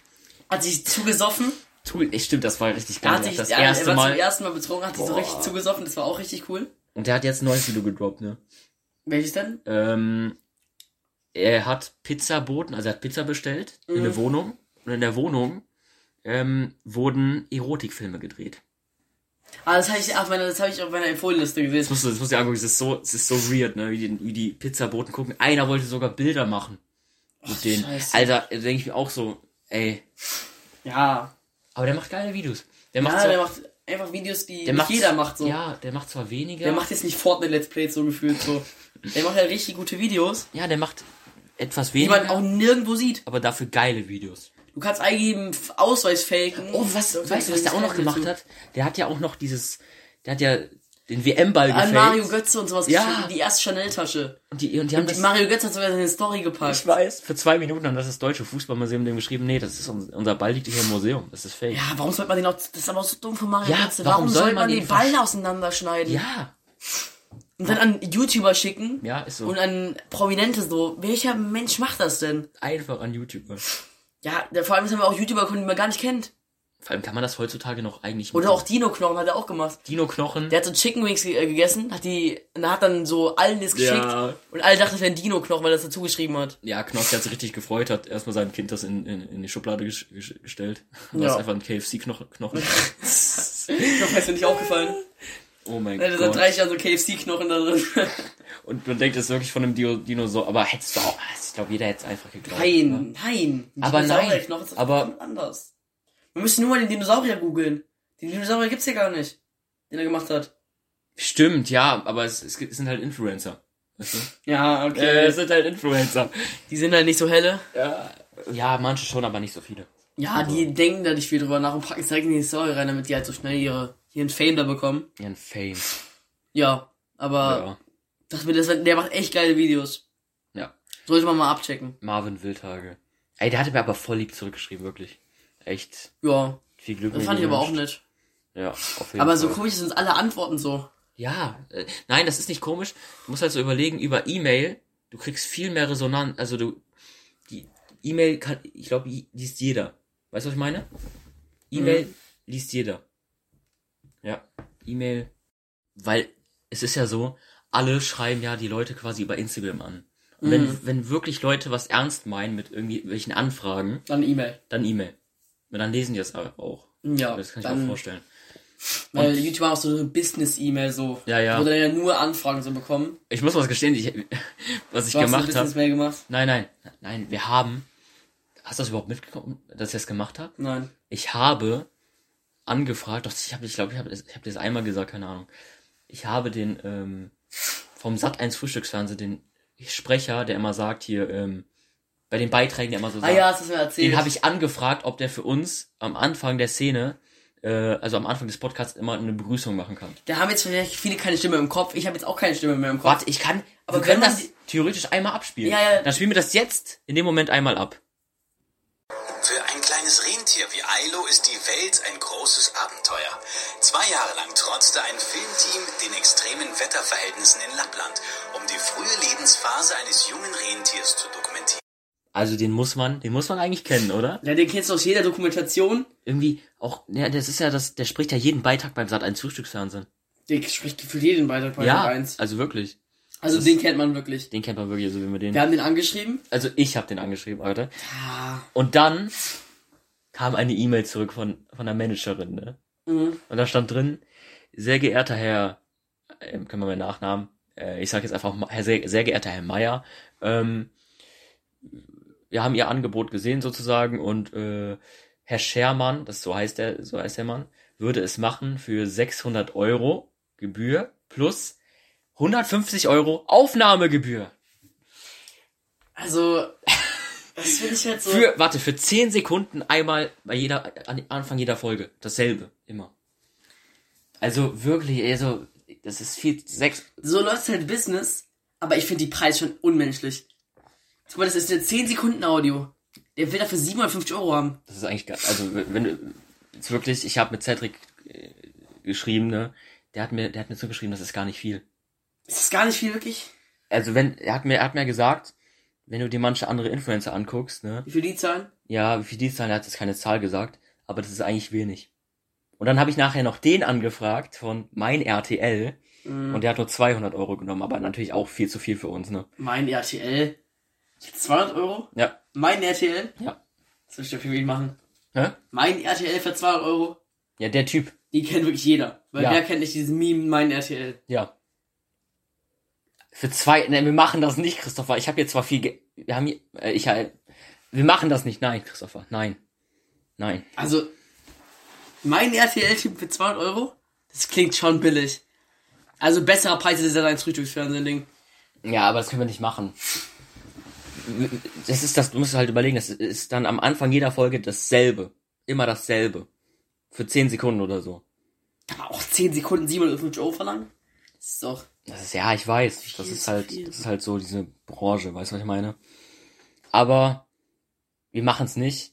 Speaker 2: Hat sich zugesoffen.
Speaker 1: tu, ey, stimmt, das war richtig
Speaker 2: Er
Speaker 1: geil.
Speaker 2: hat sich
Speaker 1: das
Speaker 2: er, er
Speaker 1: erste
Speaker 2: war
Speaker 1: Mal.
Speaker 2: zum ersten Mal betrunken, hat sich so
Speaker 1: Boah.
Speaker 2: richtig zugesoffen. Das war auch richtig cool.
Speaker 1: Und der hat jetzt ein neues Video gedroppt, ne?
Speaker 2: Welches denn?
Speaker 1: Ähm, er hat Pizzaboten, also er hat Pizza bestellt in
Speaker 2: Mhm.
Speaker 1: eine Wohnung. Und in der Wohnung ähm, wurden Erotikfilme gedreht.
Speaker 2: Ah, das habe ich auf meiner, das habe ich auf meiner Empfohlenliste
Speaker 1: Das
Speaker 2: gesehen.
Speaker 1: musst du, das musst du dir angucken, das ist so, das ist so weird, ne? Wie die, wie die Pizzaboten gucken. Einer wollte sogar Bilder machen. Mit
Speaker 2: du
Speaker 1: denen.
Speaker 2: Scheiße.
Speaker 1: Alter, da denke ich mir auch so, ey.
Speaker 2: Ja.
Speaker 1: Aber der macht geile Videos. Der macht
Speaker 2: Ja,
Speaker 1: so,
Speaker 2: der macht einfach Videos, die
Speaker 1: der
Speaker 2: nicht jeder macht so.
Speaker 1: Ja, der macht zwar weniger.
Speaker 2: Der macht jetzt nicht Fortnite Let's Plays so gefühlt so. Der macht ja richtig gute Videos,
Speaker 1: ja, der macht etwas
Speaker 2: die man
Speaker 1: weniger,
Speaker 2: auch nirgendwo sieht.
Speaker 1: aber dafür geile Videos.
Speaker 2: Du kannst eingeben, F- Ausweis faken.
Speaker 1: Oh, was,
Speaker 2: So,
Speaker 1: weißt du, was
Speaker 2: das
Speaker 1: der auch noch
Speaker 2: kann
Speaker 1: gemacht
Speaker 2: dazu.
Speaker 1: hat? Der hat ja auch noch dieses, der hat ja den WM-Ball
Speaker 2: An
Speaker 1: gefaked.
Speaker 2: Mario Götze und sowas
Speaker 1: Ja.
Speaker 2: geschrieben, die erste Chanel-Tasche.
Speaker 1: und die, und die haben das,
Speaker 2: Mario Götze hat sogar seine Story gepackt.
Speaker 1: ich weiß, für zwei Minuten an das ist deutsche Fußballmuseum dem geschrieben, nee, das ist, un- unser Ball liegt hier im Museum, das ist fake.
Speaker 2: Ja, warum sollte man den auch. Das ist aber auch so dumm von Mario
Speaker 1: Ja,
Speaker 2: Götze.
Speaker 1: warum
Speaker 2: Warum,
Speaker 1: soll
Speaker 2: sollte
Speaker 1: man
Speaker 2: man
Speaker 1: den
Speaker 2: den
Speaker 1: versch-
Speaker 2: Ball auseinanderschneiden?
Speaker 1: Ja,
Speaker 2: Und dann an YouTuber schicken
Speaker 1: ja, ist so.
Speaker 2: und an Prominente so. Welcher Mensch macht das denn?
Speaker 1: einfach an YouTuber.
Speaker 2: Ja, der- vor allem haben wir auch YouTuber gefunden, die man gar nicht kennt.
Speaker 1: Vor allem kann man das heutzutage noch eigentlich
Speaker 2: Oder auch Dino-Knochen hat er auch gemacht.
Speaker 1: Dino-Knochen.
Speaker 2: Der hat so Chicken Wings ge- äh, gegessen, hat die, und hat dann so allen das geschickt.
Speaker 1: Ja.
Speaker 2: Und alle dachten, es wäre ein Dino-Knochen, weil er das dazu geschrieben hat.
Speaker 1: Ja, Knossi hat sich richtig gefreut, hat erstmal sein Kind das in, in, in die Schublade gesch- gesch- gestellt. Und
Speaker 2: Ja.
Speaker 1: das ist einfach ein KFC-Knochen. Knochen.
Speaker 2: Knochen ist mir nicht aufgefallen.
Speaker 1: Oh mein
Speaker 2: Er hatte Also seit
Speaker 1: Gott.
Speaker 2: 30 Jahren so KFC-Knochen da drin.
Speaker 1: Und man denkt, das ist wirklich von einem Dio- Dinosaur. Aber hättest du auch, ah, ich glaube, jeder hätte es einfach geglaubt. oder?
Speaker 2: Nein, nein. Ein
Speaker 1: Aber nein,
Speaker 2: Dinosaurierknochen ist doch
Speaker 1: aber-
Speaker 2: komplett anders. Wir müssen nur mal den Dinosaurier googeln. Den Dinosaurier gibt's hier gar nicht. Den er gemacht hat.
Speaker 1: Stimmt, ja, aber es, es gibt- es sind halt Influencer. Weißt du?
Speaker 2: Ja,
Speaker 1: äh, es sind halt Influencer.
Speaker 2: die sind halt nicht so helle.
Speaker 1: Ja. ja, manche schon, aber nicht so viele.
Speaker 2: Ja, die denken da nicht viel drüber nach und packen es direkt in die Story rein, damit die halt so schnell ihre, ihren Fame da bekommen.
Speaker 1: Ihren Fame.
Speaker 2: Ja, aber
Speaker 1: Ja.
Speaker 2: dachte mir, das, der macht echt geile Videos.
Speaker 1: ja.
Speaker 2: Sollte man mal abchecken.
Speaker 1: Marvin Wildhage. Ey, der hatte mir aber voll lieb zurückgeschrieben, wirklich. Echt
Speaker 2: Ja,
Speaker 1: viel Glück.
Speaker 2: das
Speaker 1: mir
Speaker 2: fand ich aber auch
Speaker 1: gewünscht.
Speaker 2: nett.
Speaker 1: Ja, auf jeden
Speaker 2: Aber
Speaker 1: Fall.
Speaker 2: so komisch sind alle Antworten so.
Speaker 1: Ja, äh, nein, das ist nicht komisch. Du musst halt so überlegen, über E-Mail, du kriegst viel mehr Resonanz. Also du, die E-Mail kann, ich glaube, i- liest jeder. Weißt du, was ich meine? E-Mail
Speaker 2: Mhm.
Speaker 1: liest jeder. Ja, E-Mail. Weil es ist ja so, alle schreiben ja die Leute quasi über Instagram an. Und
Speaker 2: Mhm.
Speaker 1: wenn, wenn wirklich Leute was ernst meinen mit irgendwie welchen Anfragen,
Speaker 2: Dann E-Mail.
Speaker 1: dann E-Mail. Und dann lesen die das aber auch.
Speaker 2: Ja,
Speaker 1: Das kann ich mir auch
Speaker 2: dann,
Speaker 1: vorstellen.
Speaker 2: weil YouTube war auch so eine Business-E-Mail so.
Speaker 1: Ja, ja.
Speaker 2: Wo dann ja nur Anfragen so bekommen.
Speaker 1: Ich muss was gestehen, ich, was ich
Speaker 2: Du hast eine
Speaker 1: gemacht habe.
Speaker 2: Business-Mail gemacht?
Speaker 1: Nein, nein, nein, wir haben. Hast du das überhaupt mitgekommen, dass ich das gemacht habe?
Speaker 2: Nein.
Speaker 1: Ich habe angefragt, doch ich habe, ich glaube, ich habe das, ich hab das einmal gesagt, keine Ahnung. Ich habe den ähm, vom Sat 1 Frühstücksfernsehen den Sprecher, der immer sagt hier ähm, bei den Beiträgen, der immer so
Speaker 2: Ah
Speaker 1: sagt,
Speaker 2: ja, hast du es mir erzählt.
Speaker 1: den habe ich angefragt, ob der für uns am Anfang der Szene, äh, also am Anfang des Podcasts immer eine Begrüßung machen kann.
Speaker 2: Da haben jetzt vielleicht viele keine Stimme im Kopf. Ich habe jetzt auch keine Stimme mehr im Kopf.
Speaker 1: Warte, ich kann, aber wir
Speaker 2: kann
Speaker 1: können
Speaker 2: man
Speaker 1: das
Speaker 2: die-
Speaker 1: theoretisch einmal abspielen.
Speaker 2: Ja, ja.
Speaker 1: Dann spielen wir das jetzt in dem Moment einmal ab.
Speaker 3: Für ein kleines Rentier wie Ailo ist die Welt ein großes Abenteuer. Zwei Jahre lang trotzte ein Filmteam den extremen Wetterverhältnissen in Lappland, um die frühe Lebensphase eines jungen Rentiers zu dokumentieren.
Speaker 1: Also den muss man, den muss man eigentlich kennen, oder?
Speaker 2: Ja, den kennst du aus jeder Dokumentation.
Speaker 1: Irgendwie auch, ja, das ist ja das, der spricht ja jeden Beitrag beim Sat 1 Frühstücksfernsehen.
Speaker 2: Der spricht gefühlt jeden Beitrag bei
Speaker 1: Ja,
Speaker 2: 1.
Speaker 1: also wirklich.
Speaker 2: Also den kennt man wirklich.
Speaker 1: Den kennt man wirklich, also wenn wir den.
Speaker 2: Wir haben den angeschrieben.
Speaker 1: Also ich habe den angeschrieben, Alter.
Speaker 2: Ah.
Speaker 1: Und dann kam eine E-Mail zurück von, von der Managerin, ne?
Speaker 2: Mhm.
Speaker 1: Und da stand drin, sehr geehrter Herr, ähm, können wir meinen Nachnamen, äh, ich sage jetzt einfach, Ma- Herr, sehr, sehr geehrter Herr Meier, ähm, wir haben Ihr Angebot gesehen sozusagen und äh, Herr Schermann, das so heißt der, so heißt der Mann, würde es machen für 600 Euro Gebühr plus 150 Euro Aufnahmegebühr.
Speaker 2: Also, das finde ich halt so.
Speaker 1: Für, warte, für 10 Sekunden einmal bei jeder, an Anfang jeder Folge. Dasselbe. Immer. Also wirklich, also, das ist viel, sechs,
Speaker 2: so läuft halt Business, aber ich finde die Preise schon unmenschlich. Guck mal, das ist eine 10 Sekunden Audio. Der will dafür 750 Euro haben.
Speaker 1: das ist eigentlich, gar- also, wenn- wenn du, jetzt wirklich, ich habe mit Cedric äh, geschrieben, ne, der hat mir, der hat mir zugeschrieben, das ist gar nicht viel.
Speaker 2: Ist das gar nicht viel wirklich?
Speaker 1: Also, wenn, er hat mir, er hat mir gesagt, wenn du dir manche andere Influencer anguckst, ne,
Speaker 2: Wie viel die zahlen?
Speaker 1: ja, wie viel die zahlen, er hat jetzt keine Zahl gesagt, aber das ist eigentlich wenig. Und dann habe ich nachher noch den angefragt von mein RTL und der hat nur 200 Euro genommen, aber natürlich auch viel zu viel für uns, ne?
Speaker 2: Mein RTL. Jetzt 200 Euro?
Speaker 1: Ja.
Speaker 2: Mein RTL?
Speaker 1: Ja.
Speaker 2: Das will ich dafür wen machen.
Speaker 1: Hä?
Speaker 2: Mein RTL für 200 Euro?
Speaker 1: Ja, der Typ.
Speaker 2: Die kennt wirklich jeder. Weil
Speaker 1: Ja.
Speaker 2: wer kennt nicht dieses Meme, mein RTL?
Speaker 1: Ja. Für zwei, ne, wir machen das nicht, Christopher. Ich habe hier zwar viel, Ge wir haben hier, äh, ich, äh, wir machen das nicht. Nein, Christopher, nein. Nein.
Speaker 2: Also, mein RTL-Typ für 200 Euro? Das klingt schon billig. Also, besserer Preis ist ja dein Frühstücksfernsehen-Ding.
Speaker 1: Ja, aber das können wir nicht machen. Das ist das, du musst halt überlegen, das ist dann am Anfang jeder Folge dasselbe. Immer dasselbe. Für 10 Sekunden oder so.
Speaker 2: Kann man auch 10 Sekunden 750 Euro verlangen? Das ist doch.
Speaker 1: Das ist, ja, ich weiß. Das ist
Speaker 2: zu
Speaker 1: halt,
Speaker 2: viel.
Speaker 1: das ist halt so diese Branche, weißt du, was ich meine? Aber wir machen es nicht.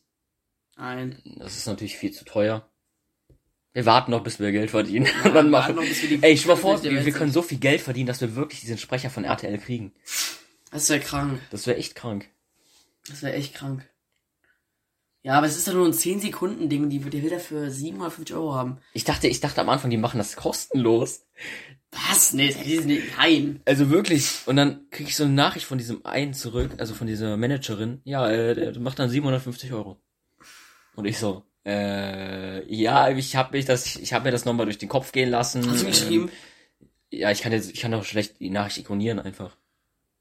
Speaker 2: Nein.
Speaker 1: Das ist natürlich viel zu teuer. Wir warten noch, bis wir Geld verdienen. und dann machen.
Speaker 2: wir warten noch, bis wir die
Speaker 1: Ey, ich war vor,
Speaker 2: Welt
Speaker 1: wir, wir
Speaker 2: sind.
Speaker 1: können so viel Geld verdienen, dass wir wirklich diesen Sprecher von RTL kriegen.
Speaker 2: Das wäre krank.
Speaker 1: Das wäre echt krank.
Speaker 2: Das wäre echt krank. Ja, aber es ist doch nur ein 10-Sekunden-Ding. Die, die will dafür 750 Euro haben.
Speaker 1: Ich dachte, ich dachte am Anfang, die machen das kostenlos.
Speaker 2: Was? Nee, das ist nicht. Nein.
Speaker 1: Also wirklich. Und dann krieg ich so eine Nachricht von diesem einen zurück, also von dieser Managerin. Ja, äh, der macht dann 750 Euro. Und ich so, äh, ja, ich habe mich das, ich habe mir das nochmal durch den Kopf gehen lassen.
Speaker 2: Hast du geschrieben?
Speaker 1: Ähm, ja, ich kann jetzt, ich kann doch schlecht die Nachricht ikonieren einfach.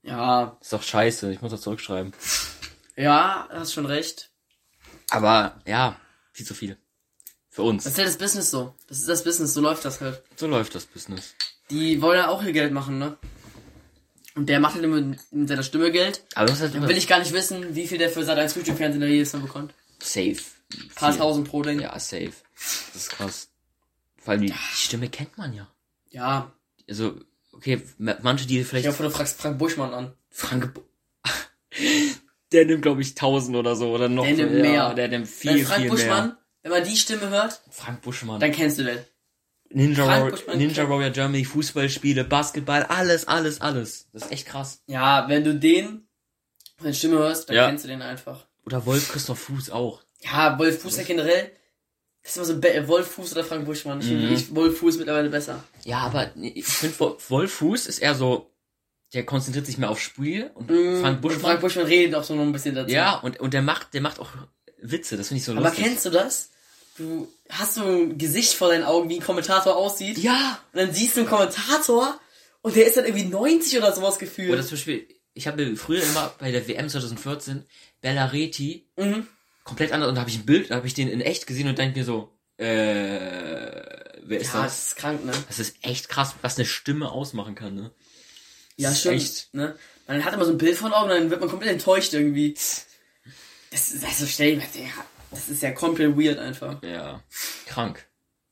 Speaker 2: Ja.
Speaker 1: Ist doch scheiße, ich muss das zurückschreiben.
Speaker 2: Ja, hast schon recht.
Speaker 1: Aber ja, viel zu viel. Für
Speaker 2: Das
Speaker 1: uns.
Speaker 2: ist ja das Business so. Das ist das Business, so läuft das halt.
Speaker 1: So läuft das Business.
Speaker 2: Die wollen ja auch ihr Geld machen, ne? Und der macht halt immer mit seiner Stimme Geld.
Speaker 1: Aber das ist halt
Speaker 2: Dann will ich gar nicht wissen, wie viel der für sein Frühstück-Fernsehen da jedes Mal bekommt.
Speaker 1: safe.
Speaker 2: Paar
Speaker 1: Viel.
Speaker 2: tausend pro Ding. Ja.
Speaker 1: Ja, safe. Das ist krass. Vor allem die, die Stimme kennt man ja.
Speaker 2: ja.
Speaker 1: Also, okay, ma- manche, die
Speaker 2: Ich
Speaker 1: vielleicht
Speaker 2: hoffe, du fragst Frank Buschmann an.
Speaker 1: Frank Bo- Der nimmt, glaube ich, tausend oder so oder noch
Speaker 2: Der nimmt
Speaker 1: ja,
Speaker 2: mehr.
Speaker 1: Der nimmt
Speaker 2: Wenn
Speaker 1: viel,
Speaker 2: Frank
Speaker 1: viel
Speaker 2: Buschmann,
Speaker 1: mehr.
Speaker 2: wenn man die Stimme hört,
Speaker 1: Frank Buschmann.
Speaker 2: dann kennst du den.
Speaker 1: Ninja,
Speaker 2: Frank
Speaker 1: Warrior-
Speaker 2: Buschmann
Speaker 1: Ninja
Speaker 2: kennt-
Speaker 1: Warrior Germany, Fußballspiele, Basketball, alles, alles, alles. Das ist echt krass.
Speaker 2: Ja, wenn du den, seine Stimme hörst, dann
Speaker 1: Ja.
Speaker 2: kennst du den einfach.
Speaker 1: Oder Wolf Christoph Fuß auch.
Speaker 2: Ja, Wolf Fuß ja generell. Das ist immer so ein Be Wolf Fuß oder Frank Buschmann. Ich
Speaker 1: Mhm.
Speaker 2: finde ich Wolf Fuß mittlerweile besser.
Speaker 1: Ja, aber nee, ich finde, Wolf- Wolf Fuß ist eher so, der konzentriert sich mehr auf Spiel und Frank
Speaker 2: Mm, Und
Speaker 1: Buschmann.
Speaker 2: Frank Buschmann redet auch so noch ein bisschen dazu.
Speaker 1: ja, und, und der macht, der macht auch Witze, das finde ich so
Speaker 2: Aber
Speaker 1: lustig.
Speaker 2: kennst du das? Du hast so ein Gesicht vor deinen Augen, wie ein Kommentator aussieht.
Speaker 1: Ja!
Speaker 2: Und dann siehst du einen Kommentator und der ist dann irgendwie 90 oder sowas gefühlt.
Speaker 1: Oder zum Beispiel, ich habe mir früher immer bei der WM 2014 Bellaretti
Speaker 2: Mhm.
Speaker 1: komplett anders und da habe ich ein Bild, da habe ich den in echt gesehen und denke mir so, äh, wer ist
Speaker 2: ja,
Speaker 1: das?
Speaker 2: das ist krank, ne?
Speaker 1: Das ist echt krass, was eine Stimme ausmachen kann, ne?
Speaker 2: Ja,
Speaker 1: ist
Speaker 2: stimmt.
Speaker 1: echt.
Speaker 2: Ne? Man hat immer so ein Bild vor den Augen, dann wird man komplett enttäuscht irgendwie. Das ist also stell dir mal, der- das ist ja komplett weird einfach.
Speaker 1: Ja. Krank.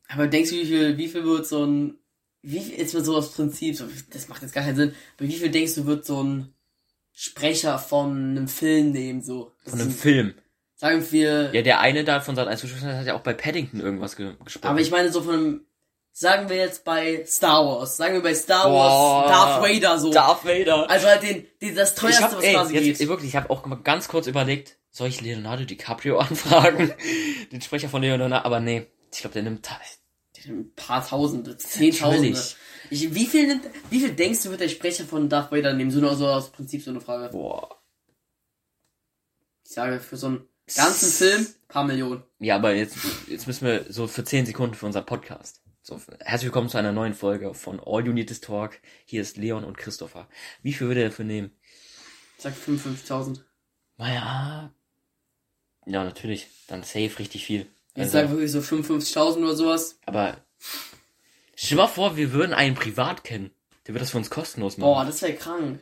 Speaker 2: Aber denkst du, wie viel, wie viel wird so ein, wie viel, jetzt mal so aus Prinzip, so, das macht jetzt gar keinen Sinn, aber wie viel denkst du, wird so ein Sprecher von einem Film nehmen, so?
Speaker 1: Von einem Film.
Speaker 2: Sagen wir,
Speaker 1: Ja, der eine da von Sat 1 gesprochen hat, hat ja auch bei Paddington irgendwas ge gesprochen.
Speaker 2: aber ich meine so von einem, sagen wir jetzt bei Star Wars, sagen wir bei Star
Speaker 1: Boah.
Speaker 2: Wars, Darth Vader so.
Speaker 1: Darth Vader.
Speaker 2: also halt den, den, das
Speaker 1: ich
Speaker 2: teuerste,
Speaker 1: hab,
Speaker 2: was
Speaker 1: ey,
Speaker 2: quasi
Speaker 1: jetzt,
Speaker 2: geht.
Speaker 1: wirklich, ich habe auch mal ganz kurz überlegt, soll ich Leonardo DiCaprio anfragen? Den Sprecher von Leonardo, aber nee, ich glaube, der nimmt ta-
Speaker 2: Ein paar Tausende, Zehntausende.
Speaker 1: Natürlich.
Speaker 2: Ich, wie, viel nimmt, wie viel denkst du, wird der Sprecher von Darth Vader nehmen? So, so aus Prinzip so eine Frage.
Speaker 1: boah.
Speaker 2: Ich sage, für so einen ganzen Film, paar Millionen.
Speaker 1: Ja, aber jetzt jetzt müssen wir so für 10 Sekunden für unseren Podcast. So, herzlich willkommen zu einer neuen Folge von All You Need Is Talk. Hier ist Leon und Christopher. Wie viel würde er dafür nehmen?
Speaker 2: Ich sag 55.000.
Speaker 1: Naja. Ja, natürlich, dann safe richtig viel. Also,
Speaker 2: Ich sag wirklich so 55.000 oder sowas.
Speaker 1: aber stell dir mal vor, wir würden einen privat kennen. Der würde das für uns kostenlos machen.
Speaker 2: Boah, das wäre krank.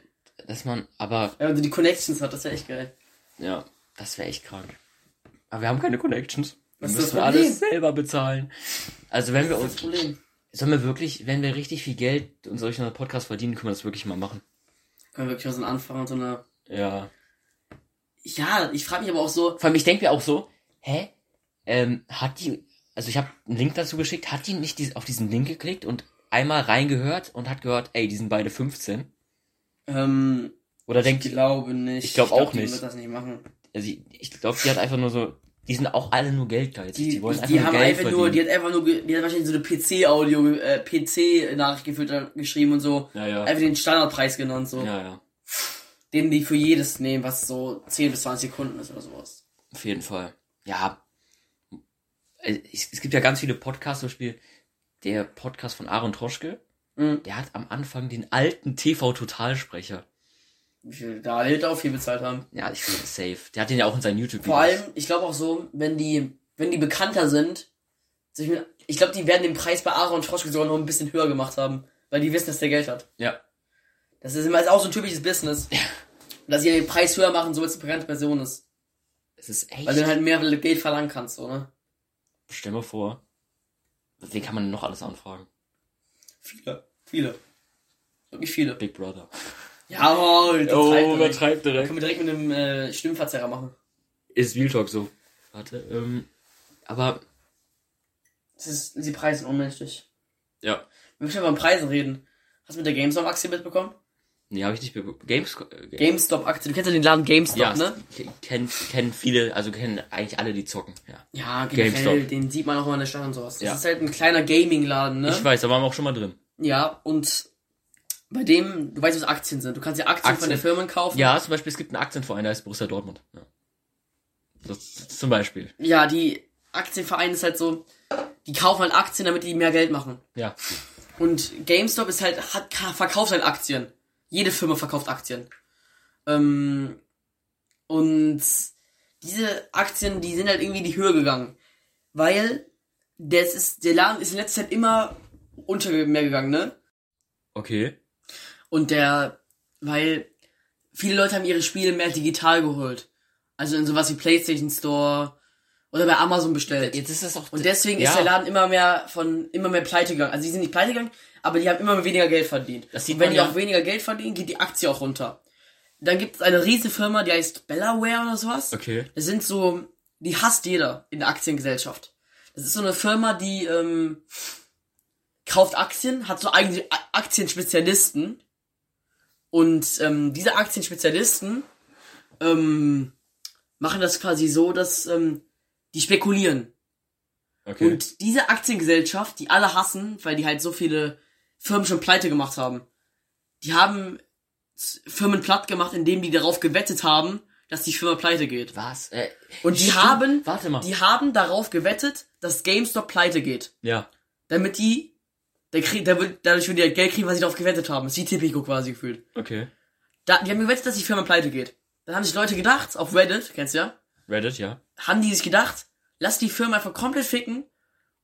Speaker 1: dass man, aber
Speaker 2: Ja, wenn du die Connections hat, das wäre echt geil.
Speaker 1: ja, das wäre echt krank. Aber wir haben keine Connections. Wir
Speaker 2: Was ist das
Speaker 1: müssen
Speaker 2: Problem?
Speaker 1: alles selber bezahlen. Also wenn wir
Speaker 2: Das ist
Speaker 1: uns,
Speaker 2: das Problem.
Speaker 1: sollen wir wirklich, wenn wir richtig viel Geld in solchen Podcasts verdienen, können wir das wirklich mal machen.
Speaker 2: Können wir wirklich mal so einen Anfang und so eine.
Speaker 1: Ja.
Speaker 2: Ja, ich frage mich aber auch so,
Speaker 1: Vor allem, ich denke mir auch so, hä? Ähm, hat die, also ich habe einen Link dazu geschickt, hat die nicht dies- auf diesen Link geklickt und einmal reingehört und hat gehört, ey, die sind beide 15?
Speaker 2: ähm,
Speaker 1: Oder
Speaker 2: ich
Speaker 1: denkt,
Speaker 2: glaube nicht.
Speaker 1: Ich glaub auch
Speaker 2: die
Speaker 1: nicht.
Speaker 2: Wird das nicht machen.
Speaker 1: also ich, ich glaube, die hat einfach nur so, die sind auch alle nur geldgeizig,
Speaker 2: Die,
Speaker 1: die,
Speaker 2: die,
Speaker 1: wollen einfach nur
Speaker 2: haben
Speaker 1: Geld
Speaker 2: einfach nur, die
Speaker 1: verdienen.
Speaker 2: hat einfach nur, ge- die hat wahrscheinlich so eine PC-Audio, äh, PC-Nachricht gefiltert, äh, geschrieben und so.
Speaker 1: ja, ja.
Speaker 2: Einfach den Standardpreis genannt, so.
Speaker 1: ja, ja,
Speaker 2: Den die für jedes nehmen, was so 10 bis 20 Sekunden ist oder sowas.
Speaker 1: auf jeden Fall. Ja, Äh, es es gibt ja ganz viele Podcasts, zum Beispiel der Podcast von Aaron Troschke,
Speaker 2: Mhm.
Speaker 1: der hat am Anfang den alten TV-Totalsprecher.
Speaker 2: Wie viel da Leute auch viel bezahlt haben.
Speaker 1: Ja, ich finde das safe. Der hat den ja auch in seinen YouTube-Videos.
Speaker 2: Vor allem, ich glaube auch so, wenn die, wenn die bekannter sind, sich mit, ich glaube, die werden den Preis bei Aaron Troschke sogar noch ein bisschen höher gemacht haben, weil die wissen, dass der Geld hat.
Speaker 1: Ja,
Speaker 2: Das ist immer ist auch so ein typisches Business. Dass sie den Preis höher machen, so als eine bekannte Person ist.
Speaker 1: es ist echt.
Speaker 2: Weil du dann halt mehr Geld verlangen kannst, so, ne?
Speaker 1: Stell mal vor, wen kann man denn noch alles anfragen?
Speaker 2: Viele. Viele. Wirklich viele.
Speaker 1: Big Brother.
Speaker 2: Jawohl, die oh, direkt.
Speaker 1: direkt.
Speaker 2: Können wir direkt mit einem äh, Stimmverzerrer machen.
Speaker 1: Ist Real Talk so. Warte, ähm, aber,
Speaker 2: Das ist, die Preise sind unmenschlich.
Speaker 1: ja.
Speaker 2: Wir müssen über den Preisen reden. Hast du mit der GameStop-Aktie mitbekommen?
Speaker 1: Nee, habe ich nicht bekommen. Games, äh, Ga-
Speaker 2: GameStop-Aktie. Du kennst ja den Laden GameStop,
Speaker 1: ja,
Speaker 2: ne?
Speaker 1: k- kennen, kennen viele, also kennen eigentlich alle, die zocken, ja.
Speaker 2: Ja, generell,
Speaker 1: GameStop.
Speaker 2: den sieht man auch immer in der Stadt und sowas. Das
Speaker 1: Ja.
Speaker 2: ist halt ein kleiner Gaming-Laden, ne?
Speaker 1: Ich weiß, da waren wir auch schon mal drin.
Speaker 2: Ja, und bei dem, du weißt, was Aktien sind. Du kannst ja Aktien, von
Speaker 1: Aktien.
Speaker 2: den Firmen kaufen.
Speaker 1: Ja, zum Beispiel, es gibt einen Aktienverein, der heißt Borussia Dortmund. Ja. Das, zum Beispiel,
Speaker 2: ja, die Aktienvereine ist halt so, die kaufen halt Aktien, damit die mehr Geld machen.
Speaker 1: ja.
Speaker 2: Und GameStop ist halt, hat, ka- verkauft halt Aktien. Jede Firma verkauft Aktien. Ähm, und diese Aktien, die sind halt irgendwie in die Höhe gegangen. Weil, das ist, der Laden ist in letzter Zeit immer unter mehr gegangen, ne?
Speaker 1: Okay.
Speaker 2: Und der, weil viele Leute haben ihre Spiele mehr digital geholt. Also in sowas wie PlayStation Store oder bei Amazon bestellt.
Speaker 1: Jetzt ist das auch...
Speaker 2: Und deswegen
Speaker 1: ja.
Speaker 2: ist der Laden immer mehr von immer mehr pleite gegangen. Also die sind nicht pleite gegangen, aber die haben immer weniger Geld verdient.
Speaker 1: Das sieht
Speaker 2: Und wenn
Speaker 1: man
Speaker 2: die
Speaker 1: ja.
Speaker 2: auch weniger Geld verdienen, geht die Aktie auch runter. Dann gibt es eine riesen Firma, die heißt Bellaware oder sowas.
Speaker 1: Okay.
Speaker 2: Das sind so, die hasst jeder in der Aktiengesellschaft. Das ist so eine Firma, die ähm, kauft Aktien, hat so eigene A- Aktienspezialisten. Und ähm, diese Aktienspezialisten ähm, machen das quasi so, dass ähm, die spekulieren.
Speaker 1: Okay.
Speaker 2: Und diese Aktiengesellschaft, die alle hassen, weil die halt so viele Firmen schon pleite gemacht haben, die haben z- Firmen platt gemacht, indem die darauf gewettet haben, dass die Firma pleite geht.
Speaker 1: was? Äh,
Speaker 2: Und die
Speaker 1: stimmt.
Speaker 2: haben,
Speaker 1: Warte mal.
Speaker 2: die haben darauf gewettet, dass GameStop pleite geht.
Speaker 1: ja.
Speaker 2: Damit die, der krieg, der wird, dadurch würden die halt Geld kriegen, was sie darauf gewettet haben. Das ist wie Tipico quasi gefühlt.
Speaker 1: Okay.
Speaker 2: Da, die haben gewettet, dass die Firma pleite geht. Dann haben sich Leute gedacht, auf Reddit, kennst du ja,
Speaker 1: Reddit, ja.
Speaker 2: haben die sich gedacht, lass die Firma einfach komplett ficken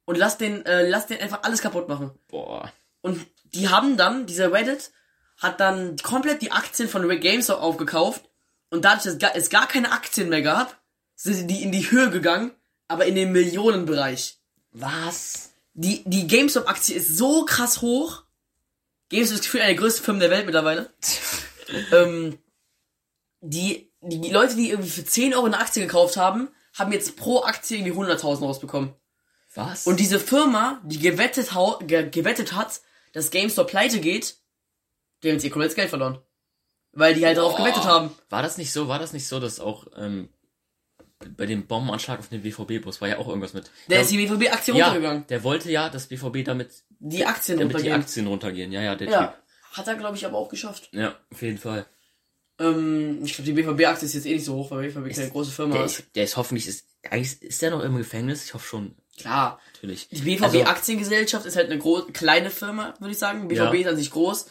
Speaker 2: und lass den, äh, lass den einfach alles kaputt machen.
Speaker 1: Boah.
Speaker 2: Und die haben dann, dieser Reddit hat dann komplett die Aktien von Red Games aufgekauft und dadurch, dass es gar- es gar keine Aktien mehr gab, sind die in die Höhe gegangen, aber in den Millionenbereich.
Speaker 1: Was?
Speaker 2: Die, die GameStop-Aktie ist so krass hoch. GameStop ist gefühlt eine der größten Firmen der Welt mittlerweile. ähm, die, die Leute, die irgendwie für 10 Euro eine Aktie gekauft haben, haben jetzt pro Aktie irgendwie 100.000 rausbekommen.
Speaker 1: Was?
Speaker 2: Und diese Firma, die gewettet, hau ge gewettet hat, dass GameStop pleite geht, die haben jetzt ihr komplettes Geld verloren. Weil die halt darauf
Speaker 1: Boah.
Speaker 2: gewettet haben.
Speaker 1: War das nicht so, war das nicht so, dass auch ähm, bei dem Bombenanschlag auf den BVB-Bus war ja auch irgendwas mit.
Speaker 2: Da
Speaker 1: Ja,
Speaker 2: ist die BVB-Aktie
Speaker 1: ja,
Speaker 2: runtergegangen.
Speaker 1: der wollte ja, dass BVB damit,
Speaker 2: Die Aktien
Speaker 1: damit die
Speaker 2: runtergehen.
Speaker 1: Aktien runtergehen. Ja, ja, der
Speaker 2: Ja.
Speaker 1: Typ.
Speaker 2: Hat er, glaube ich, aber auch geschafft.
Speaker 1: Ja, auf jeden Fall.
Speaker 2: Ähm, ich glaube, die BVB-Aktie ist jetzt eh nicht so hoch, weil BVB keine große Firma
Speaker 1: Der
Speaker 2: ist.
Speaker 1: ist, der ist hoffentlich, ist, eigentlich ist der noch im Gefängnis? Ich hoffe schon,
Speaker 2: Klar.
Speaker 1: natürlich.
Speaker 2: Die BVB-Aktiengesellschaft ist halt eine gro kleine Firma, würde ich sagen. BVB
Speaker 1: Also- Ja.
Speaker 2: ist an sich groß.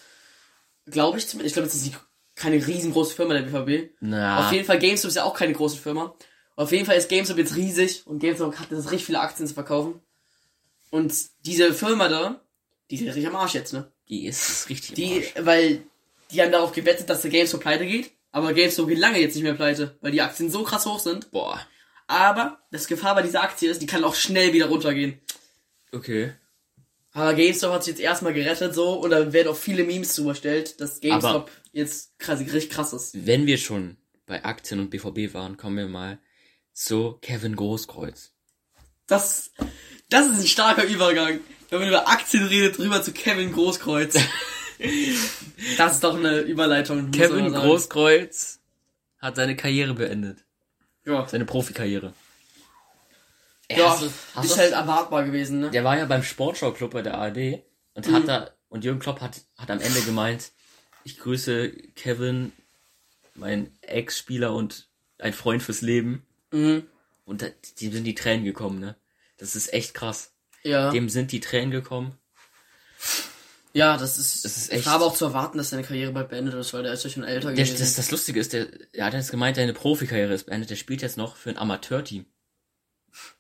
Speaker 2: Glaube ich zumindest. Ich glaube, das ist die, keine riesengroße Firma, der BVB.
Speaker 1: Na.
Speaker 2: Auf jeden Fall, GameStop ist ja auch keine große Firma. Auf jeden Fall ist GameStop jetzt riesig und GameStop hat jetzt richtig viele Aktien zu verkaufen. Und diese Firma da, die ist ja richtig am Arsch jetzt, ne?
Speaker 1: die Also, ist richtig. im
Speaker 2: Die,
Speaker 1: Arsch.
Speaker 2: weil die haben darauf gewettet, dass der GameStop pleite geht. Aber GameStop geht lange jetzt nicht mehr pleite, weil die Aktien so krass hoch sind.
Speaker 1: Boah.
Speaker 2: Aber das Gefahr bei dieser Aktie ist, die kann auch schnell wieder runtergehen.
Speaker 1: Okay.
Speaker 2: Aber GameStop hat sich jetzt erstmal gerettet so und da werden auch viele Memes drüber erstellt, dass GameStop
Speaker 1: Aber-
Speaker 2: jetzt krass, richtig krass ist.
Speaker 1: Wenn wir schon bei Aktien und BVB waren, kommen wir mal zu Kevin Großkreuz.
Speaker 2: Das, das ist ein starker Übergang. Wenn man über Aktien redet, rüber zu Kevin Großkreuz. das ist doch eine Überleitung. muss
Speaker 1: Kevin
Speaker 2: man sagen.
Speaker 1: Großkreuz hat seine Karriere beendet.
Speaker 2: Ja.
Speaker 1: Seine Profikarriere.
Speaker 2: Ja,
Speaker 1: hast du- hast
Speaker 2: ist
Speaker 1: du-
Speaker 2: halt erwartbar gewesen, ne?
Speaker 1: Der war ja beim Sportschau-Club bei der ARD und hat da, und Jürgen Klopp hat, hat am Ende gemeint, ich grüße Kevin, mein Ex-Spieler und ein Freund fürs Leben. Mhm. Und da, dem sind die Tränen gekommen, ne? Das ist echt krass.
Speaker 2: Ja.
Speaker 1: Dem sind die Tränen gekommen.
Speaker 2: Ja, das ist,
Speaker 1: Das ist
Speaker 2: es
Speaker 1: echt-
Speaker 2: war aber auch zu erwarten, dass seine Karriere bald beendet ist, weil der ist ja schon älter
Speaker 1: Der,
Speaker 2: gewesen.
Speaker 1: das, das Lustige ist, der, er hat jetzt gemeint, seine Profikarriere ist beendet. Der spielt jetzt noch für ein Amateurteam.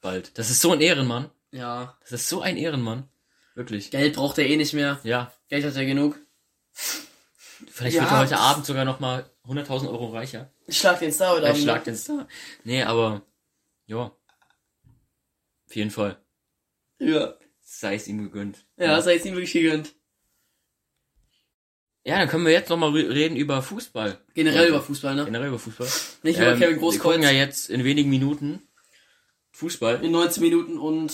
Speaker 1: Bald. Das ist so ein Ehrenmann.
Speaker 2: ja.
Speaker 1: Das ist so ein Ehrenmann. Wirklich.
Speaker 2: Geld braucht er eh nicht mehr.
Speaker 1: Ja.
Speaker 2: Geld hat er genug.
Speaker 1: Vielleicht
Speaker 2: Ja,
Speaker 1: wird er heute
Speaker 2: das-
Speaker 1: Abend sogar nochmal 100.000 Euro reicher.
Speaker 2: Ich schlag den Star ne? oder
Speaker 1: Er schlagt den Star. Nee, aber ja. Auf jeden Fall.
Speaker 2: Ja.
Speaker 1: Sei es ihm gegönnt.
Speaker 2: Ja, das hat jetzt ihm wirklich gegönnt.
Speaker 1: Ja, dann können wir jetzt nochmal reden über Fußball.
Speaker 2: Generell über Fußball, ne?
Speaker 1: Generell über Fußball. Ähm,
Speaker 2: Nicht über Kevin
Speaker 1: Wir gucken
Speaker 2: Großkreuz.
Speaker 1: ja jetzt in wenigen Minuten Fußball.
Speaker 2: In 19 Minuten und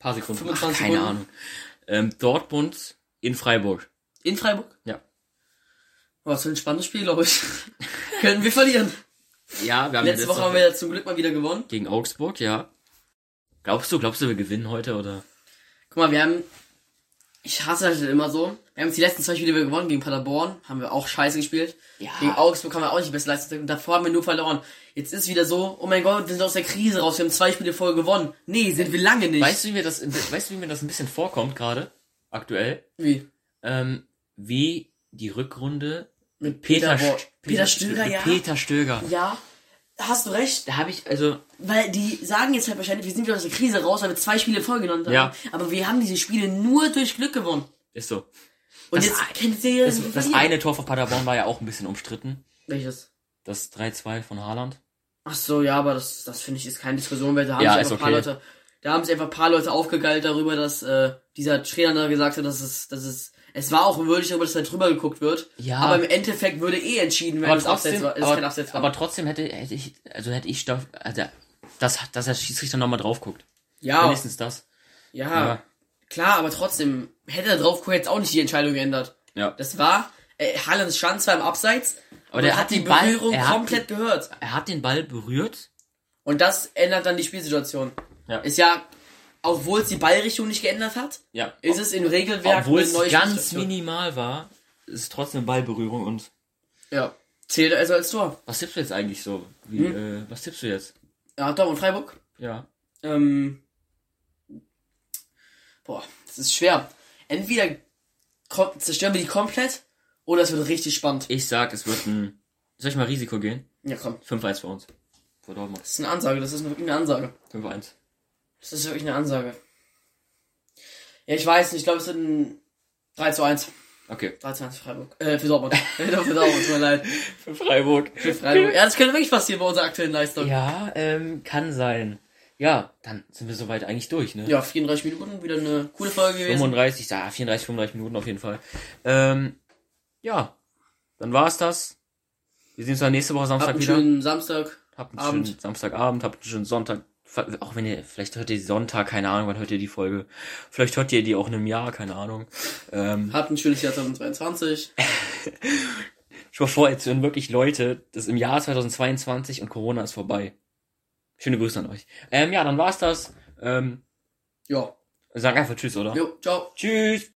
Speaker 1: paar Sekunden.
Speaker 2: 25
Speaker 1: Ach, keine
Speaker 2: Sekunden.
Speaker 1: Ahnung. Ähm, Dortmund in Freiburg.
Speaker 2: in Freiburg.
Speaker 1: Ja.
Speaker 2: Was für ein spannendes Spiel, glaube ich. Können wir verlieren.
Speaker 1: Ja, wir haben
Speaker 2: Letzte Woche haben wir ja zum Glück mal wieder gewonnen.
Speaker 1: gegen Augsburg, ja. Glaubst du, glaubst du, wir gewinnen heute oder?
Speaker 2: Guck mal, wir haben. Ich hasse das halt immer so. Wir haben jetzt die letzten zwei Spiele wieder gewonnen. Gegen Paderborn haben wir auch scheiße gespielt.
Speaker 1: Ja.
Speaker 2: Gegen Augsburg haben wir auch nicht die beste Leistung. Und davor haben wir nur verloren. Jetzt ist wieder so, oh mein Gott, wir sind aus der Krise raus. Wir haben zwei Spiele voll gewonnen. Nee, sind wir lange nicht.
Speaker 1: Äh, Weißt du, wie mir das, weißt du, wie mir das ein bisschen vorkommt gerade? Aktuell?
Speaker 2: Wie?
Speaker 1: ähm, wie die Rückrunde
Speaker 2: Mit
Speaker 1: Peter,
Speaker 2: Peter, Bo-
Speaker 1: St-
Speaker 2: Peter Stöger,
Speaker 1: mit
Speaker 2: ja.
Speaker 1: Peter Stöger.
Speaker 2: Ja, hast du recht.
Speaker 1: Da habe ich, also,
Speaker 2: Weil die sagen jetzt halt wahrscheinlich, wir sind wieder aus der Krise raus, weil wir zwei Spiele voll genommen haben.
Speaker 1: Ja.
Speaker 2: Aber wir haben diese Spiele nur durch Glück gewonnen.
Speaker 1: ist so.
Speaker 2: Und
Speaker 1: Das
Speaker 2: jetzt
Speaker 1: ein-
Speaker 2: kennt ihr
Speaker 1: Das, das eine Tor von Paderborn war ja auch ein bisschen umstritten.
Speaker 2: Welches?
Speaker 1: Das 3-2 von Haaland.
Speaker 2: Ach so, ja, aber das, das finde ich ist keine Diskussion, weil da haben
Speaker 1: Ja,
Speaker 2: sich
Speaker 1: ist
Speaker 2: einfach paar
Speaker 1: okay.
Speaker 2: Leute, da haben sich einfach paar Leute aufgegeilt darüber, dass äh, dieser Trainer da gesagt hat, dass es, dass es, es war auch würdig, aber dass da drüber geguckt wird.
Speaker 1: Ja.
Speaker 2: Aber im Endeffekt würde eh entschieden werden,
Speaker 1: Aber
Speaker 2: es Abseits
Speaker 1: trotzdem,
Speaker 2: war, es
Speaker 1: aber,
Speaker 2: kein Abseits war.
Speaker 1: aber trotzdem hätte, hätte ich, also hätte ich, da- also, das, dass der Schiedsrichter nochmal drauf guckt.
Speaker 2: ja, ja,
Speaker 1: Wenigstens das. ja.
Speaker 2: klar, aber trotzdem hätte er drauf geguckt, jetzt auch nicht die Entscheidung geändert.
Speaker 1: Ja.
Speaker 2: Das war äh, Haalands Stand zwar im Abseits, aber,
Speaker 1: der
Speaker 2: er
Speaker 1: hat den Ball-
Speaker 2: Berührung
Speaker 1: er hat
Speaker 2: komplett gehört.
Speaker 1: Er hat den Ball berührt.
Speaker 2: Und das ändert dann die Spielsituation.
Speaker 1: Ja.
Speaker 2: Ist ja, obwohl es die Ballrichtung nicht geändert hat,
Speaker 1: Ja.
Speaker 2: ist es im Regelwerk
Speaker 1: Obwohl
Speaker 2: eine
Speaker 1: es
Speaker 2: neue
Speaker 1: ganz
Speaker 2: Spielsituation.
Speaker 1: minimal war, ist trotzdem Ballberührung und,
Speaker 2: Ja. Zählt also als Tor.
Speaker 1: was tippst du jetzt eigentlich so? Wie, äh, was tippst du jetzt?
Speaker 2: Ja, Dortmund Freiburg.
Speaker 1: Ja.
Speaker 2: Ähm, boah, das ist schwer. Entweder kom- zerstören wir die komplett oder es wird richtig spannend.
Speaker 1: Ich sag, es wird ein, soll ich mal Risiko gehen?
Speaker 2: Ja, komm.
Speaker 1: 5-1 für uns. Für Dortmund.
Speaker 2: Das ist eine Ansage, das ist wirklich eine Ansage.
Speaker 1: 5-1.
Speaker 2: Das ist wirklich eine Ansage. Ja, ich weiß nicht, ich glaube, es wird ein 3 zu 1.
Speaker 1: Okay.
Speaker 2: 3 zu 1 für Freiburg. Äh, für Dortmund. für Dortmund, tut mir leid.
Speaker 1: Für Freiburg.
Speaker 2: Für Freiburg. Ja, das könnte wirklich passieren bei unserer aktuellen Leistung. Ja,
Speaker 1: Ja, ähm, kann sein. Ja, dann sind wir soweit eigentlich durch, ne?
Speaker 2: 34 Minuten, wieder eine coole Folge gewesen.
Speaker 1: 35, ja, 34, 35 Minuten auf jeden Fall. Ähm, ja, dann war's das. Wir sehen uns dann nächste Woche
Speaker 2: Habt
Speaker 1: Samstag
Speaker 2: einen
Speaker 1: wieder.
Speaker 2: schönen Samstag.
Speaker 1: habt einen
Speaker 2: Abend.
Speaker 1: schönen Samstagabend, habt einen schönen Sonntag. Fa- Auch wenn ihr, vielleicht hört ihr die Sonntag, keine Ahnung, wann hört ihr die Folge. Vielleicht hört ihr die auch in einem Jahr, keine Ahnung. Ähm,
Speaker 2: Habt ein schönes Jahr 2022.
Speaker 1: Äh. Schon mal vor, jetzt hören wirklich Leute, das ist im Jahr 2022 und Corona ist vorbei. Schöne Grüße an euch. Ähm, ja, dann war's das. Ähm,
Speaker 2: Ja.
Speaker 1: sag einfach Tschüss, oder?
Speaker 2: Jo, ciao.
Speaker 1: Tschüss!